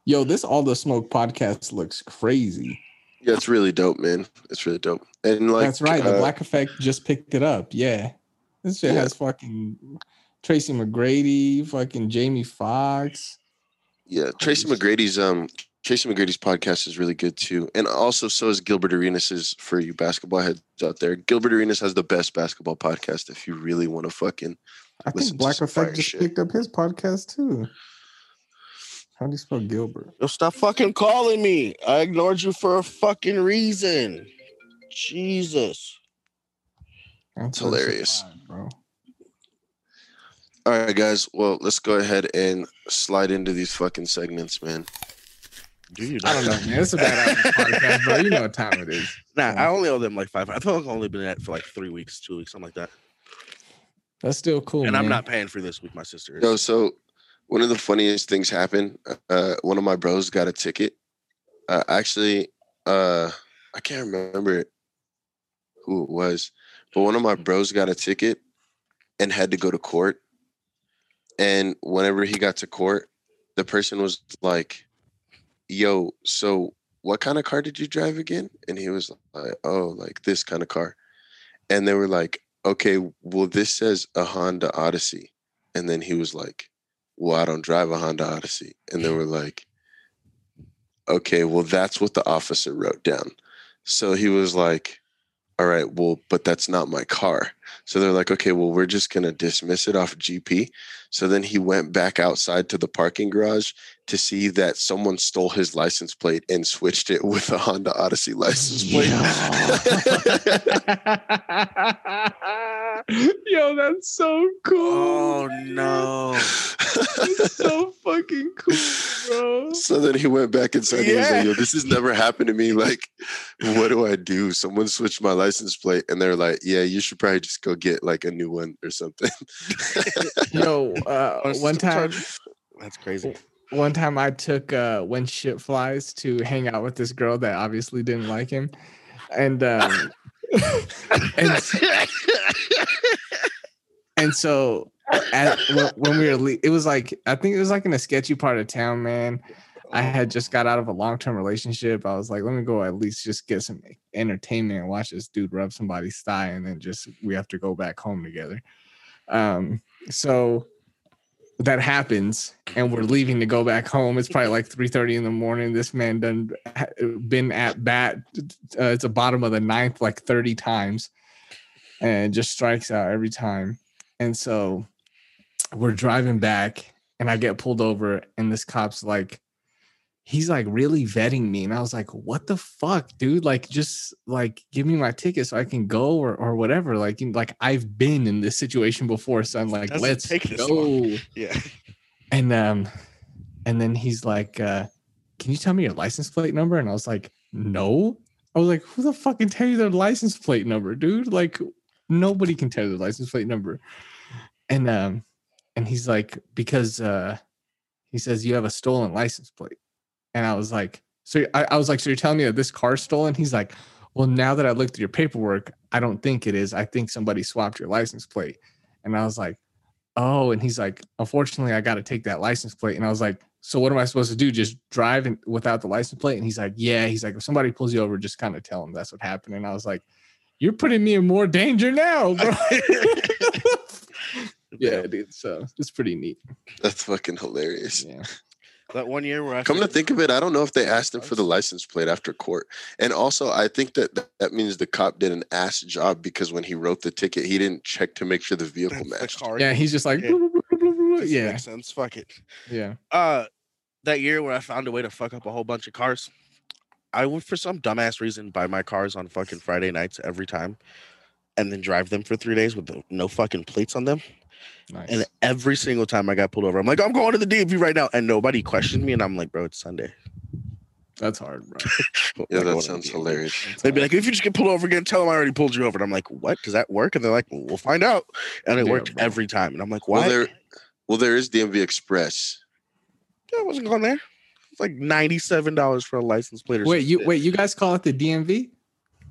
S2: Yo, this all the smoke podcast looks crazy.
S1: Yeah, it's really dope, man. It's really dope. And like,
S2: That's right. The
S1: uh,
S2: Black Effect just picked it up. Yeah. This shit
S1: Yeah.
S2: has fucking Tracy McGrady, fucking Jamie Foxx.
S1: yeah, Tracy McGrady's um Tracy McGrady's podcast is really good too, and also so is Gilbert Arenas' for you basketball heads out there. Gilbert Arenas has the best basketball podcast. If you really want to fucking
S2: I
S1: Listen
S2: think
S1: to
S2: Black
S1: some fire
S2: Effect just
S1: shit.
S2: picked up his podcast too. How do you spell Gilbert?
S4: yo, stop fucking calling me. I ignored you for a fucking reason. Jesus.
S2: That's
S1: hilarious.
S2: bro.
S1: All right, guys. Well, let's go ahead and slide into these fucking segments, man.
S4: Do you
S2: I don't know, man. It's a bad Adams podcast, bro. You know what time it is.
S4: Nah, I only owe them like five. I feel like I've only been at it for like three weeks, two weeks, something like that.
S2: That's still cool.
S4: and I'm
S2: Oh, man.
S4: not paying for this week. My sister. is.
S1: Yo, so one of the funniest things happened. Uh, one of my bros got a ticket. Uh, actually, uh, I can't remember who it was, but one of my bros got a ticket and had to go to court. And whenever he got to court, the person was like, "Yo, so what kind of car did you drive again?" And he was like, "Oh, like this kind of car." And they were like, "Okay, well this says a Honda Odyssey." And then he was like, well, I don't drive a Honda Odyssey. And they were like, okay, well, that's what the officer wrote down. So he was like, all right, well, but that's not my car. So they're like, okay, well, we're just going to dismiss it off GP. So then he went back outside to the parking garage to see that someone stole his license plate and switched it with a Honda Odyssey license plate.
S2: Yo, that's so cool.
S4: Oh no.
S2: That's so fucking cool, bro.
S1: So then he went back inside. He was
S2: Yeah.
S1: like, "Yo, this has never happened to me. Like, what do I do? Someone switched my license plate, and they're like, "Yeah, you should probably just go get like a new one or something."
S2: Yo, uh,
S4: Or
S2: one time,
S4: sometimes- That's crazy.
S2: one time I took uh, when shit flies to hang out with this girl that obviously didn't like him, and um, and and so at, when- when we were le- it was like i think it was like in a sketchy part of town man i had just got out of a long-term relationship i was like let me go at least just get some entertainment and watch this dude rub somebody's thigh and then just we have to go back home together um so that happens and we're leaving to go back home it's probably like 3.30 in the morning this man done ha- been at bat uh, it's the bottom of the ninth like 30 times and just strikes out every time and so we're driving back and I get pulled over and this cop's like he's like really vetting me and I was like what the fuck dude like just like give me my ticket so I can go or or whatever like you- like I've been in this situation before so I'm like
S4: Doesn't
S2: let's
S4: take this
S2: go
S4: long. Yeah.
S2: and um and then he's like uh can you tell me your license plate number and I was like no I was like who the fuck can tell you their license plate number dude like nobody can tell the license plate number and um and he's like because uh he says you have a stolen license plate and i was like so I, I was like so you're telling me that this car's stolen he's like well now that i looked at your paperwork i don't think it is i think somebody swapped your license plate and i was like oh and he's like unfortunately i got to take that license plate and i was like so what am i supposed to do just drive and without the license plate and he's like yeah he's like if somebody pulls you over just kind of tell them that's what happened and i was like you're putting me in more danger now bro yeah, dude. So it's pretty neat.
S1: That's fucking hilarious.
S2: Yeah.
S4: That one year where I
S1: Come to
S4: figured-
S1: think of it, I don't know if they asked him for the license plate after court. And also, I think that th- that means the cop did an ass job because when he wrote the ticket, he didn't check to make sure the vehicle
S4: That's the
S1: matched.
S4: card.
S2: Yeah, he's just like,
S4: Yeah. This
S2: yeah,
S4: Makes sense. Fuck it.
S2: yeah.
S4: uh that year where I found a way to fuck up a whole bunch of cars. I would for some dumbass reason buy my cars on fucking Friday nights every time and then drive them for three days with no fucking plates on them.
S2: Nice.
S4: And every single time I got pulled over, I'm like, I'm going to the DMV right now. And nobody questioned me. And I'm like, bro, it's Sunday.
S2: That's hard, bro.
S4: Well,
S1: Yeah,
S4: I'm going
S1: that
S4: to
S1: sounds
S4: the DMV.
S1: hilarious.
S2: That's
S4: They'd be
S2: hard.
S4: like, if you just get pulled over again, tell them I already pulled you over. And I'm like, what? Does that work? And they're like, we'll find out. And it
S2: Yeah,
S4: worked
S2: bro.
S4: every time. And I'm like, why?
S1: Well, there, well, there is DMV Express.
S4: yeah, I wasn't going there. It's like $97 for a license plate or
S2: wait,
S4: some
S2: you
S4: shit.
S2: wait, you guys call it the DMV?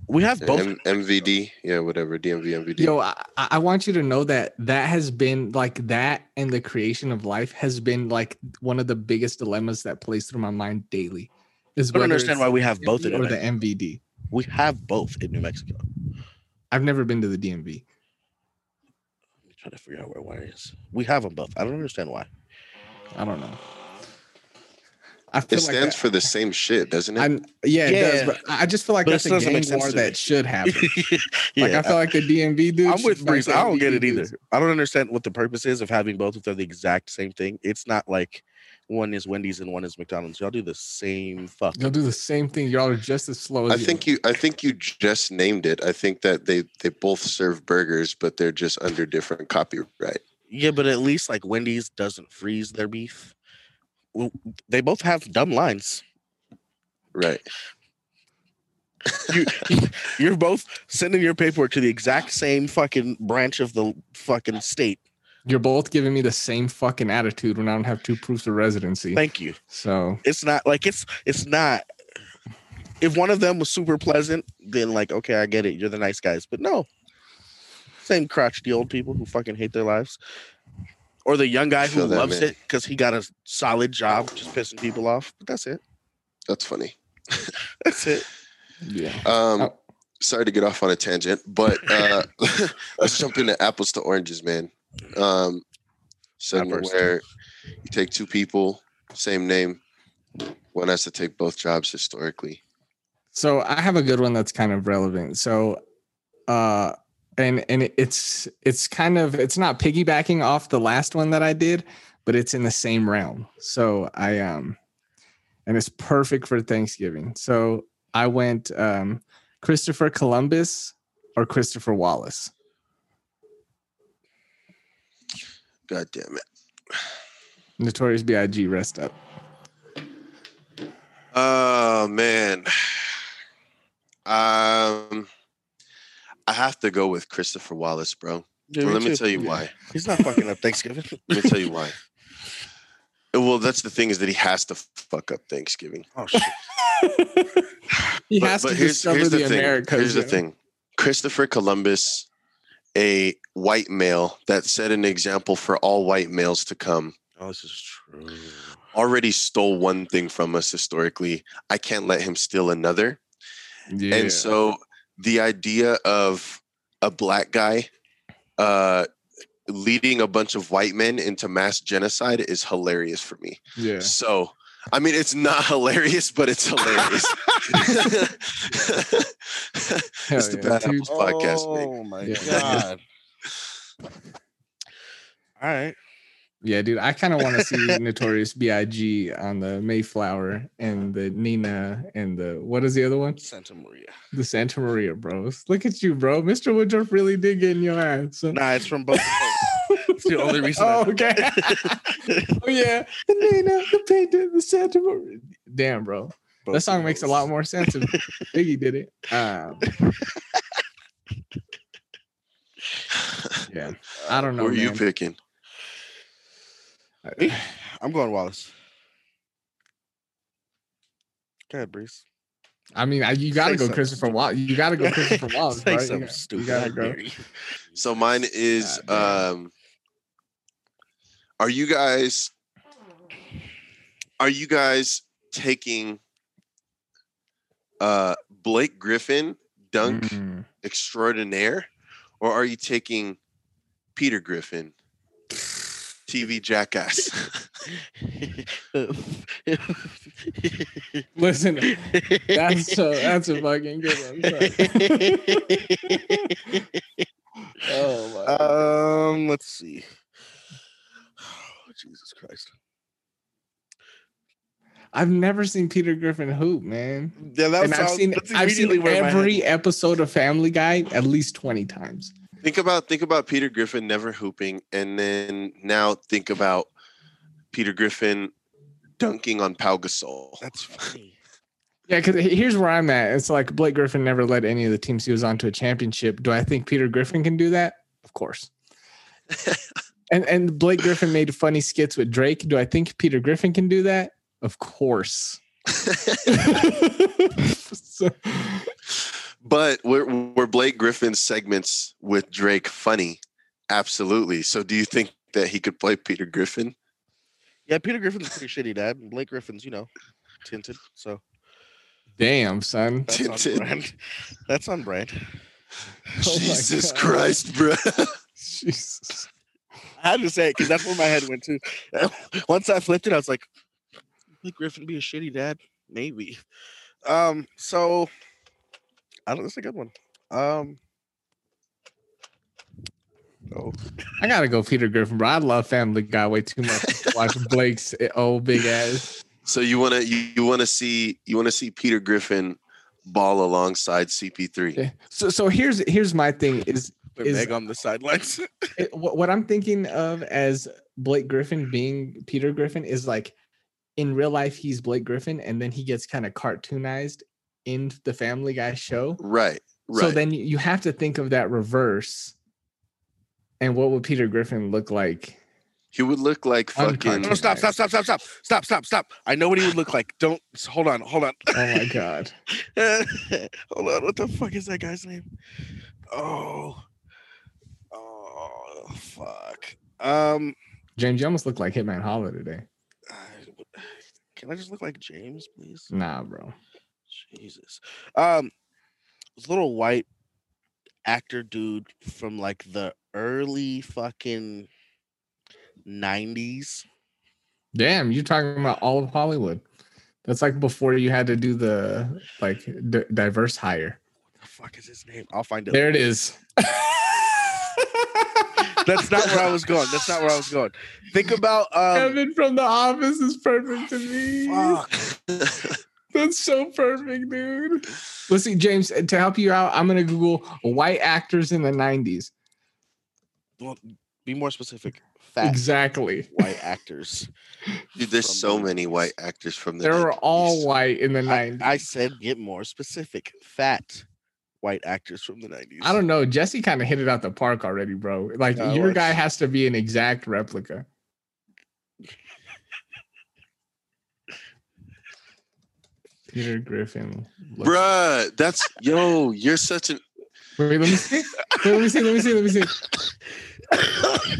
S4: We have both.
S1: M- MVD, yeah, whatever. DMV, MVD.
S2: Yo, I, I I want you to know that that has been like that, and the creation of life has been like one of the biggest dilemmas that plays through my mind daily. Is
S4: I don't
S2: whether
S4: understand why
S2: it's
S4: we have both
S2: DMV
S4: in New
S2: or the
S4: Mexico.
S2: MVD.
S4: We have both in New Mexico. I'm
S2: I've never been to the DMV.
S4: trying to figure out where one is. We have them both. I don't understand why.
S2: I don't know. I feel
S1: it stands
S2: that-
S1: for the same shit, doesn't it?
S2: I, yeah, it does.
S4: Yeah.
S2: But I I just feel like
S4: But
S2: that's
S4: it
S2: a
S4: doesn't
S2: gang
S4: make sense
S2: war
S4: to me.
S2: that should happen.
S4: yeah,
S2: Like I feel like the DMV dude.
S4: I'm with
S2: should back
S4: Breeze. I
S2: up
S4: don't get it
S2: DMV
S4: either.
S2: dudes.
S4: I don't understand what the purpose is of having both if they're the exact same thing. It's not like one is Wendy's and one is McDonald's. Y'all do the same fuck.
S2: They'll do the same thing. Y'all are just as slow as
S1: I think you I think you just named it. I think that they they both serve burgers, but they're just under different copyright.
S4: Yeah, but at least like Wendy's doesn't freeze their beef. Well, they both have dumb lines.
S1: Right.
S4: You, you're both sending your paperwork to the exact same fucking branch of the fucking state.
S2: You're both giving me the same fucking attitude when I don't have two proofs of residency.
S4: Thank you.
S2: So
S4: It's not like it's it's not. If one of them was super pleasant, then like okay, I get it. You're the nice guys, but no. Same crotchety old people who fucking hate their lives, or the young guy who
S1: Feel that,
S4: loves
S1: man.
S4: it because he got a solid job, just pissing people off. But that's it.
S1: That's funny.
S4: That's it.
S2: yeah.
S1: Um,
S2: Oh.
S1: Sorry to get off on a tangent, but uh, let's jump into apples to oranges, man. Um, segment
S4: Apples.
S1: where you take two people, same name. One has to take both jobs historically.
S2: So I have a good one that's kind of relevant. So uh and and it's it's kind of it's not piggybacking off the last one that I did, but it's in the same realm. So I um and it's perfect for Thanksgiving. So I went um Christopher Columbus or Christopher Wallace.
S1: God damn it.
S2: Notorious B.I.G. rest up.
S1: Oh man. Um, I have to go with Christopher Wallace, bro.
S4: Yeah,
S1: let me
S4: too.
S1: tell you
S2: Yeah.
S1: why.
S4: He's not fucking up Thanksgiving.
S1: Let me tell you why. Well, that's the thing is that he has to fuck up Thanksgiving.
S4: Oh shit.
S2: He
S1: But-
S2: has
S1: but
S2: to discover the,
S1: thing.
S2: Americas.
S1: Here's the
S2: yo.
S1: thing: Christopher Columbus, a white male that set an example for all white males to come,
S4: Oh, this is true.
S1: already stole one thing from us historically. I can't let him steal another.
S2: Yeah.
S1: And so the idea of a black guy uh, leading a bunch of white men into mass genocide is hilarious for me.
S2: yeah.
S1: So, I mean, it's not hilarious, but it's hilarious.
S2: Hell
S1: it's the
S2: yeah.
S1: bad
S2: Two-
S1: apples podcast, man.
S4: Oh my
S2: Yeah.
S4: god. All right.
S2: Yeah, dude, I kind of want to see Notorious B.I.G. on the Mayflower and the Nina and the what is the other one?
S4: Santa Maria.
S2: The Santa Maria Bros. Look at you, bro. Mr. Woodruff really did get in your ass.
S4: Nah, it's from both. of us.
S2: It's
S4: the only reason I
S2: Oh,
S4: know.
S2: okay. oh yeah, the Nina, the painter, the Santa Maria. Damn, bro,
S4: Both
S2: that song
S4: of
S2: makes a
S4: those.
S2: lot more sense if Biggie did it. Um, yeah, I don't know.
S1: Who are you
S2: Oh, man.
S1: picking?
S4: Me? I'm going Wallace. Go ahead, Breeze.
S2: I mean, I, you got to
S4: Say
S2: go
S4: something
S2: Christopher Wallace. You got to go Christopher Wallace,
S4: Say
S2: bro. You
S4: something
S2: gotta- you
S4: stupid.
S2: gotta
S4: I
S2: go.
S4: dare you.
S1: So mine is
S2: God
S1: um are you guys are you guys taking uh Blake Griffin dunk
S2: Mm.
S1: extraordinaire or are you taking Peter Griffin TV jackass?
S2: Listen, that's a that's a fucking good one. son. oh my.
S4: um, let's see. Oh, Jesus Christ.
S2: I've never seen Peter Griffin hoop, man.
S4: Yeah, that
S2: and I've
S4: sounds-
S2: seen
S4: that's
S2: I've
S4: immediately
S2: seen
S4: where my head-
S2: every episode of Family Guy at least twenty times.
S1: think about think about Peter Griffin never hooping and then now think about Peter Griffin dunking on Pau Gasol.
S4: That's funny.
S2: Yeah, because here's where I'm at. It's like Blake Griffin never led any of the teams he was on to a championship. Do I think Peter Griffin can do that? Of course. and and Blake Griffin made funny skits with Drake. Do I think Peter Griffin can do that? Of course. So-
S1: But were, were Blake Griffin's segments with Drake funny? Absolutely. So do you think that he could play Peter Griffin?
S4: Yeah, Peter Griffin's a pretty shitty dad. and Blake Griffin's, you know, tinted. So
S2: damn, son.
S4: that's
S1: Tinted.
S4: on brand. That's on brand.
S2: Oh my
S1: Jesus
S2: God.
S1: Christ, bro.
S2: Jesus.
S4: I had to say it because that's where my head went to. Once I flipped it, I was like, "Would Griffin be a shitty dad? Maybe." Um, so I don't. That's a good one. Um, oh,
S2: I gotta go Peter Griffin, bro. I love Family Guy way too much. to Watch Blake's eh, old big ass.
S1: so you wanna you, you wanna see you wanna see Peter Griffin ball alongside CP3.
S2: Yeah. So so here's here's my thing is
S4: they're
S2: Is-
S4: big on the sidelines.
S2: it, what, what I'm thinking of as Blake Griffin being Peter Griffin is like in real life he's Blake Griffin and then he gets kind of cartoonized in the Family Guy show.
S1: Right. Right.
S2: So then you- you have to think of that reverse And what would Peter Griffin look like?
S1: He would look like fucking.
S2: Unconscious.
S4: No, stop, stop, stop, stop, stop, stop, stop, stop. I know what he would look like. Don't hold on, hold on.
S2: Oh my god.
S4: hold on, what the fuck is that guy's name? Oh, oh, fuck. Um,
S2: James, you almost look like Hitman Holler today.
S4: I- can I just look like James, please?
S2: Nah, bro.
S4: Jesus. Um, this little white actor dude from like the early fucking nineties.
S2: Damn, you're talking about all of Hollywood. That's like before you had to do the like d- diverse hire.
S4: What the fuck is his name? I'll find it.
S2: There it is.
S4: That's not where I was going. That's not where I was going. Think about um.
S2: Kevin from The Office is perfect to me.
S4: Fuck.
S2: That's so perfect, dude. Let's see, James, to help you out, I'm gonna Google white actors in the 90s.
S4: Well, be more specific. Fat
S2: Exactly.
S4: white actors.
S1: Dude, there's
S4: from
S1: so
S4: the
S1: many
S4: 90s.
S1: white actors from the.
S2: They were
S1: 90s.
S2: all white in the 90s.
S4: I, I said get more specific. Fat white actors from the nineties.
S2: I don't know. Jesse kind of hit it out the park already, bro. Like
S4: Yeah, I
S2: your
S4: was.
S2: guy has to be an exact replica. Peter Griffin. looks-
S1: Bruh, that's yo. You're such an.
S2: Wait, let me see. Wait, let me see. Let me see. Let me see.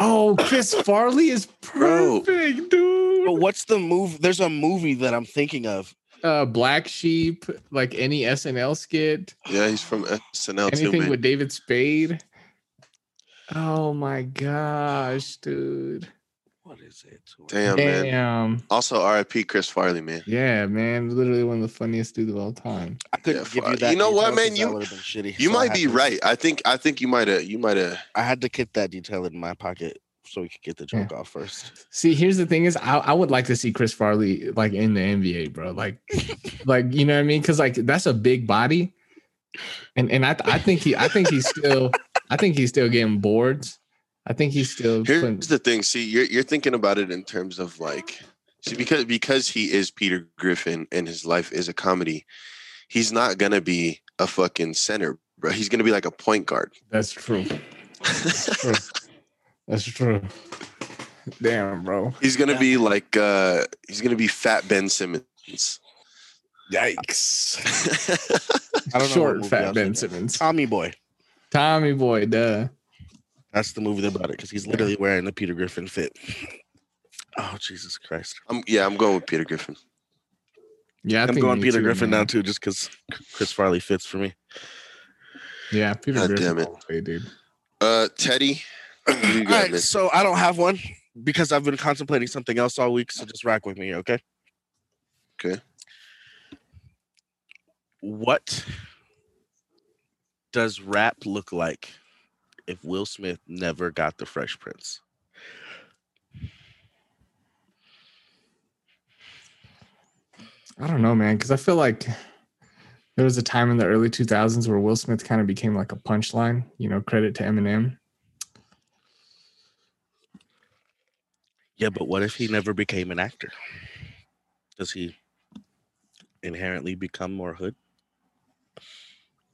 S2: Oh, Chris Farley is
S1: Bro.
S2: perfect,
S4: But
S2: dude.
S4: what's the move? There's a movie that I'm thinking of.
S2: Uh, Black Sheep, like any SNL skit,
S1: Yeah, he's from SNL too,
S2: anything
S1: man.
S2: with David Spade. Oh my gosh, dude.
S4: What is it? What-
S1: Damn, man.
S2: Damn.
S1: Also, R.I.P. Chris Farley, man.
S2: Yeah, man, literally one of the funniest dudes of all time.
S4: I couldn't
S1: Yeah,
S4: give
S1: fuck.
S4: you that.
S1: You know what,
S4: detail
S1: man?
S4: 'cause
S1: You-
S4: that would've been shitty,
S1: You
S4: so I
S1: might
S4: had
S1: be
S4: to-
S1: right. I think. I think you might have. You might have.
S4: I had to get that detail in my pocket so we could get the joke off first.
S2: See, here's the thing: is I, I would like to see Chris Farley like in the NBA, bro. Like, like you know what I mean? Because like that's a big body, and and I I think he I think he's still I think he's still getting boards. I think he's still putting-
S1: Here's the thing. See, you're you're thinking about it in terms of like, see, because because he is Peter Griffin and his life is a comedy, he's not gonna be a fucking center, bro. He's gonna be like a point guard.
S2: that's true. True. That's true. Damn, bro.
S1: he's gonna be like, uh he's gonna be Fat Ben Simmons.
S2: Yikes.
S4: I don't know. what
S2: Short
S4: movie I
S2: fat Ben
S4: was thinking of.
S2: Simmons.
S4: Tommy Boy.
S2: Tommy boy, duh.
S4: That's the movie about it because he's literally wearing the Peter Griffin fit. Oh Jesus Christ!
S1: I'm yeah, I'm going with Peter Griffin.
S2: Yeah, I
S4: I'm
S2: think
S4: going
S2: me
S4: Peter
S2: too,
S4: Griffin
S2: man.
S4: now too, just because Chris Farley fits for me.
S2: Yeah, Peter
S1: God
S2: Griffin.
S1: damn it.
S2: all the way, dude.
S1: Uh Teddy. what do
S4: All
S1: you got,
S4: right,
S1: man?
S4: so I don't have one because I've been contemplating something else all week. So just rock with me, okay?
S1: Okay.
S4: What does rap look like if Will Smith never got the Fresh Prince?
S2: I don't know, man, because I feel like there was a time in the early 2000s where Will Smith kind of became like a punchline, you know, credit to Eminem.
S4: Yeah, but what if he never became an actor? Does he inherently become more hood?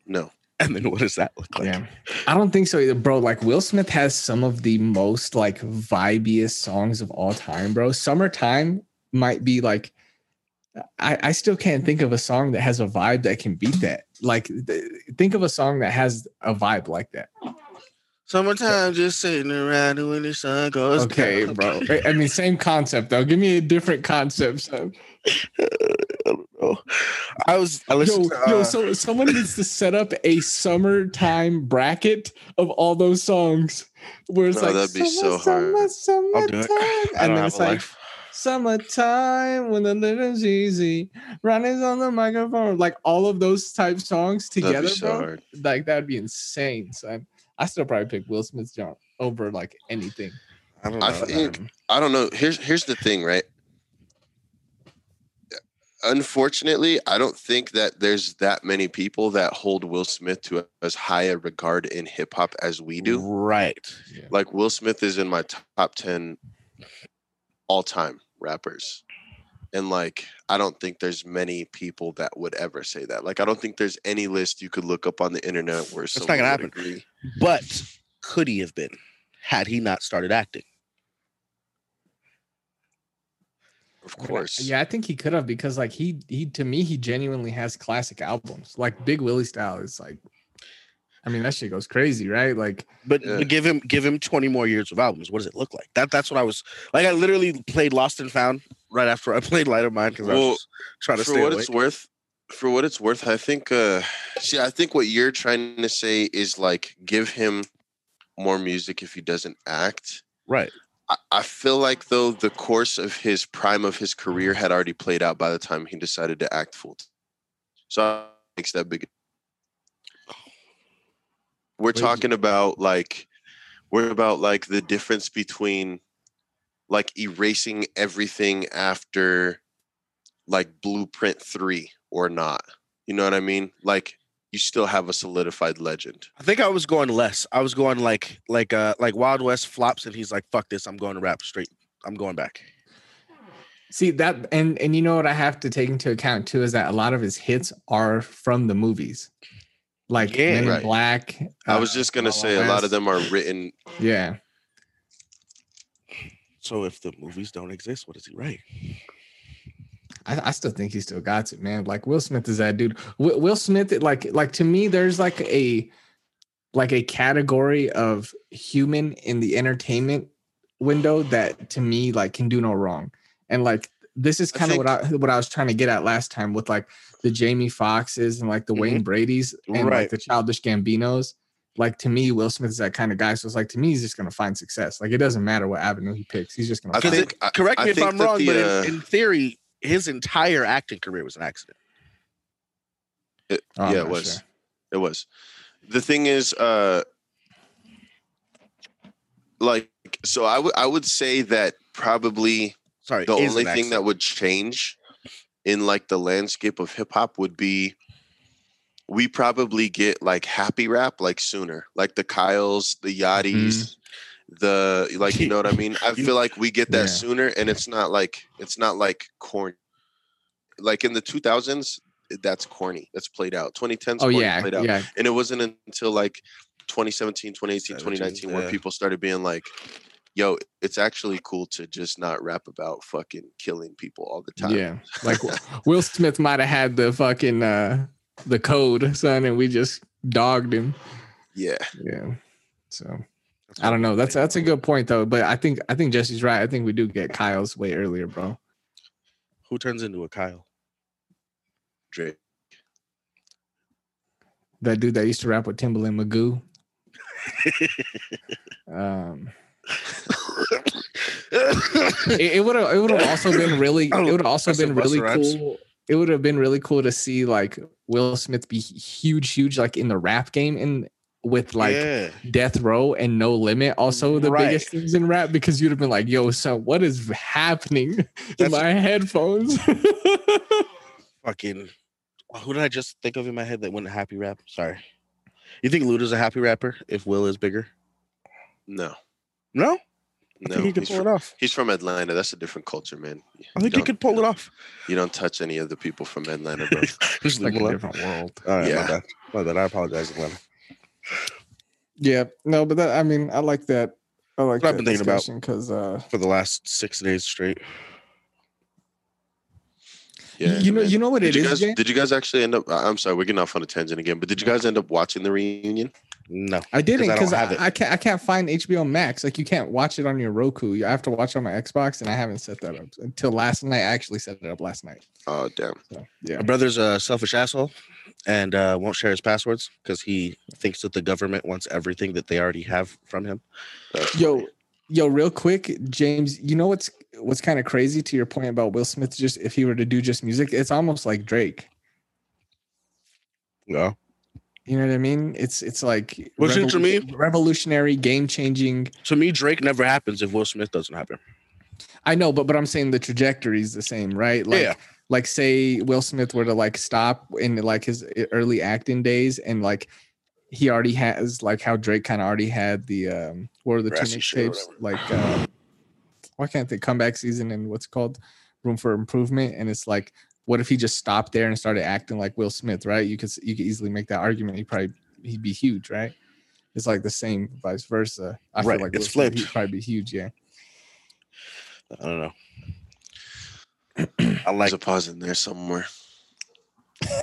S1: No.
S4: And then what does that look like?
S2: yeah. I don't think so either, bro. Like Will Smith has some of the most like vibiest songs of all time, bro. Summertime might be like I, I still can't think of a song that has a vibe that can beat that. Like, th- think of a song that has a vibe like that.
S4: Summertime, just sitting around when the sun goes
S2: Okay,
S4: down.
S2: bro. I- I mean, same concept though. Give me a different concept. So,
S4: Oh, I was. I
S2: yo,
S4: listened. to,
S2: yo,
S4: uh,
S2: so someone needs to set up a summertime bracket of all those songs where it's
S1: No,
S2: like
S1: that'd be so
S2: summer,
S1: hard.
S2: summer,
S4: I'll do it.
S2: summertime,"
S4: I
S2: and
S4: don't
S2: then
S4: have
S2: it's
S4: a
S2: like
S4: life.
S2: summertime when the living's easy, running's on the microphone, like all of those type songs
S1: That'd
S2: together,
S1: be so
S2: bro.
S1: hard.
S2: Like that'd be insane, son. I still probably pick Will Smith's jump over like anything. um,
S4: I don't know.
S1: I think I don't know. Here's here's the thing, right? Unfortunately, I don't think that there's that many people that hold Will Smith to as high a regard in hip hop as we do.
S4: Right.
S1: Like Will Smith is in my top 10 all-time rappers. And like I don't think there's many people that would ever say that. Like I don't think there's any list you could look up on the internet where
S4: not
S1: someone
S4: gonna
S1: would
S4: happen.
S1: agree.
S4: But could he have been had he not started acting?
S1: Of course.
S2: Yeah, I think he could have because like he he to me he genuinely has classic albums. Like Big Willie style is like I mean that shit goes crazy, right? Like
S4: But
S1: Yeah.
S4: but give him give him 20 more years of albums. What does it look like? That that's what I was like. I literally played Lost and Found right after I played Light of Mine because I
S1: Well,
S4: was trying to
S1: for
S4: stay
S1: what
S4: awake.
S1: it's worth for what it's worth i think uh see i think what you're trying to say is like give him more music if he doesn't act
S4: Right.
S1: I, I feel like though the course of his prime of his career had already played out by the time he decided to act full t- so I makes that big we're
S2: Wait.
S1: talking about like we're about like the difference between like erasing everything after like blueprint 3 or not you know what i mean like you still have a solidified legend
S4: I think I was going less. I was going like like uh like Wild West flops and he's like, fuck this, I'm going to rap straight. I'm going back.
S2: see that and and you know what I have to take into account too is that a lot of his hits are from the movies. Like
S4: Yeah.
S2: Men in
S1: Right.
S2: Black.
S1: i was just going to say a lot of them are written
S2: Yeah.
S4: So if the movies don't exist, what does he write?
S2: I, I still think he still got it, man. Like Will Smith is that dude. Will, Will Smith, it, like like to me, there's like a like a category of human in the entertainment window that to me like can do no wrong. And like this is
S1: I
S2: kind of what I what I was trying to get at last time with like the Jamie Foxes and like the
S1: Mm-hmm.
S2: Wayne Brady's and like
S4: Right.
S2: the Childish Gambinos. Like to me, Will Smith is that kind of guy. So it's like to me, he's just gonna find success. Like it doesn't matter what avenue he picks, he's just gonna.
S1: I
S2: find
S1: think-
S2: it.
S1: I-
S4: correct
S1: I
S4: me if
S1: think
S4: I'm
S1: that
S4: wrong,
S1: the,
S4: but
S1: uh,
S4: in, in theory, his entire acting career was an accident.
S1: It,
S2: Oh, I'm
S1: yeah, it
S2: not
S1: was.
S2: sure.
S1: It was. The thing is, uh, like, so I would I would say that probably
S4: Sorry,
S1: the
S4: is an
S1: only thing that
S4: accident.
S1: would change in like the landscape of hip hop would be we probably get like happy rap like sooner, like the Kyles, the Yachty's, the like you know what I mean. I
S4: You-
S1: feel like we get that
S2: Yeah.
S1: sooner, and it's not like it's not like corny. Like in the 2000s, that's corny. That's played out. 2010s,
S2: Oh
S1: corny,
S2: yeah,
S1: played out
S2: yeah.
S1: and it wasn't until like 2017 2018
S4: 17,
S1: 2019 where
S4: yeah.
S1: people started being like yo it's actually cool to just not rap about fucking killing people all the time
S2: Yeah, like Will Smith might have had the fucking uh the code, son, and we just dogged him.
S1: yeah
S2: Yeah. So I don't know. That's that's a good point though. But I think I think Jesse's right. I think we do get Kyle's way earlier, bro.
S4: who turns into a Kyle.
S1: Drake.
S2: That dude that used to rap with Timbaland Magoo. Um, it would have it would have also been really it
S4: I don't-
S2: would have also
S4: I said
S2: been really
S4: Busta Rhymes.
S2: cool. It would have been really cool to see like Will Smith be huge, huge like in the rap game and with like
S4: yeah.
S2: Death Row and No Limit also the
S4: Right.
S2: biggest things in rap because you'd have been like, "Yo, son, what is happening in
S4: That's-
S2: my headphones?"
S4: fucking who did I just think of in my head that went to happy rap? Sorry. You think Luda's a happy rapper if Will is bigger?
S1: no
S4: No, I
S1: no
S4: think he could
S1: he's
S4: pull
S1: from,
S4: it off.
S1: he's from atlanta that's a different culture man
S4: I think he could pull it off.
S1: you don't touch any of the people from atlanta bro
S4: Just
S2: like a
S4: leave him alone.
S2: different world.
S4: All right,
S1: Yeah.
S4: my bad. My bad. I apologize, Atlanta.
S2: Yeah, no, but that I mean, I like that. I like
S4: What I've been thinking about.
S2: because uh,
S4: For the last six days straight,
S1: yeah
S2: you know,
S1: man.
S2: you know what
S1: did
S2: it
S1: you
S2: is.
S1: guys
S2: Jay?
S1: did you guys actually end up I- i'm sorry we're getting off on a tangent again but did you guys end up watching the reunion
S4: no.
S2: I didn't
S4: 'Cause I don't
S2: because I,
S4: have it.
S2: I can't I can't find HBO Max. Like you can't watch it on your Roku. I have to watch on my Xbox, and I haven't set that up until last night. I actually set it up last night.
S1: oh damn
S2: So yeah,
S4: My brother's a selfish asshole and uh, won't share his passwords because he thinks that the government wants everything that they already have from him.
S1: That's
S2: yo
S1: funny.
S2: yo real quick james you know what's what's kind of crazy to your point about will smith just if he were to do just music it's almost like drake
S4: Yeah.
S2: you know what i mean it's it's like
S4: What's it to me?
S2: revolutionary game changing
S4: To me, Drake never happens if Will Smith doesn't happen.
S2: i know but but i'm saying the trajectory is the same right like
S4: Yeah.
S2: like say will smith were to like stop in like his e, early acting days and like he already has like how drake kind of already had the um what are the two
S4: Grassy shit or
S2: mixtapes like uh why can't they comeback season and what's it called room for improvement and it's like what if he just stopped there and started acting like will smith right you could s- you could easily make that argument he probably he'd be huge right It's like the same vice versa. I
S4: Right,
S2: feel like
S4: it's
S2: Will Smith,
S4: flipped.
S2: he'd probably be huge. Yeah.
S4: I don't know. I like.
S1: There's a pause in there somewhere.
S4: I'm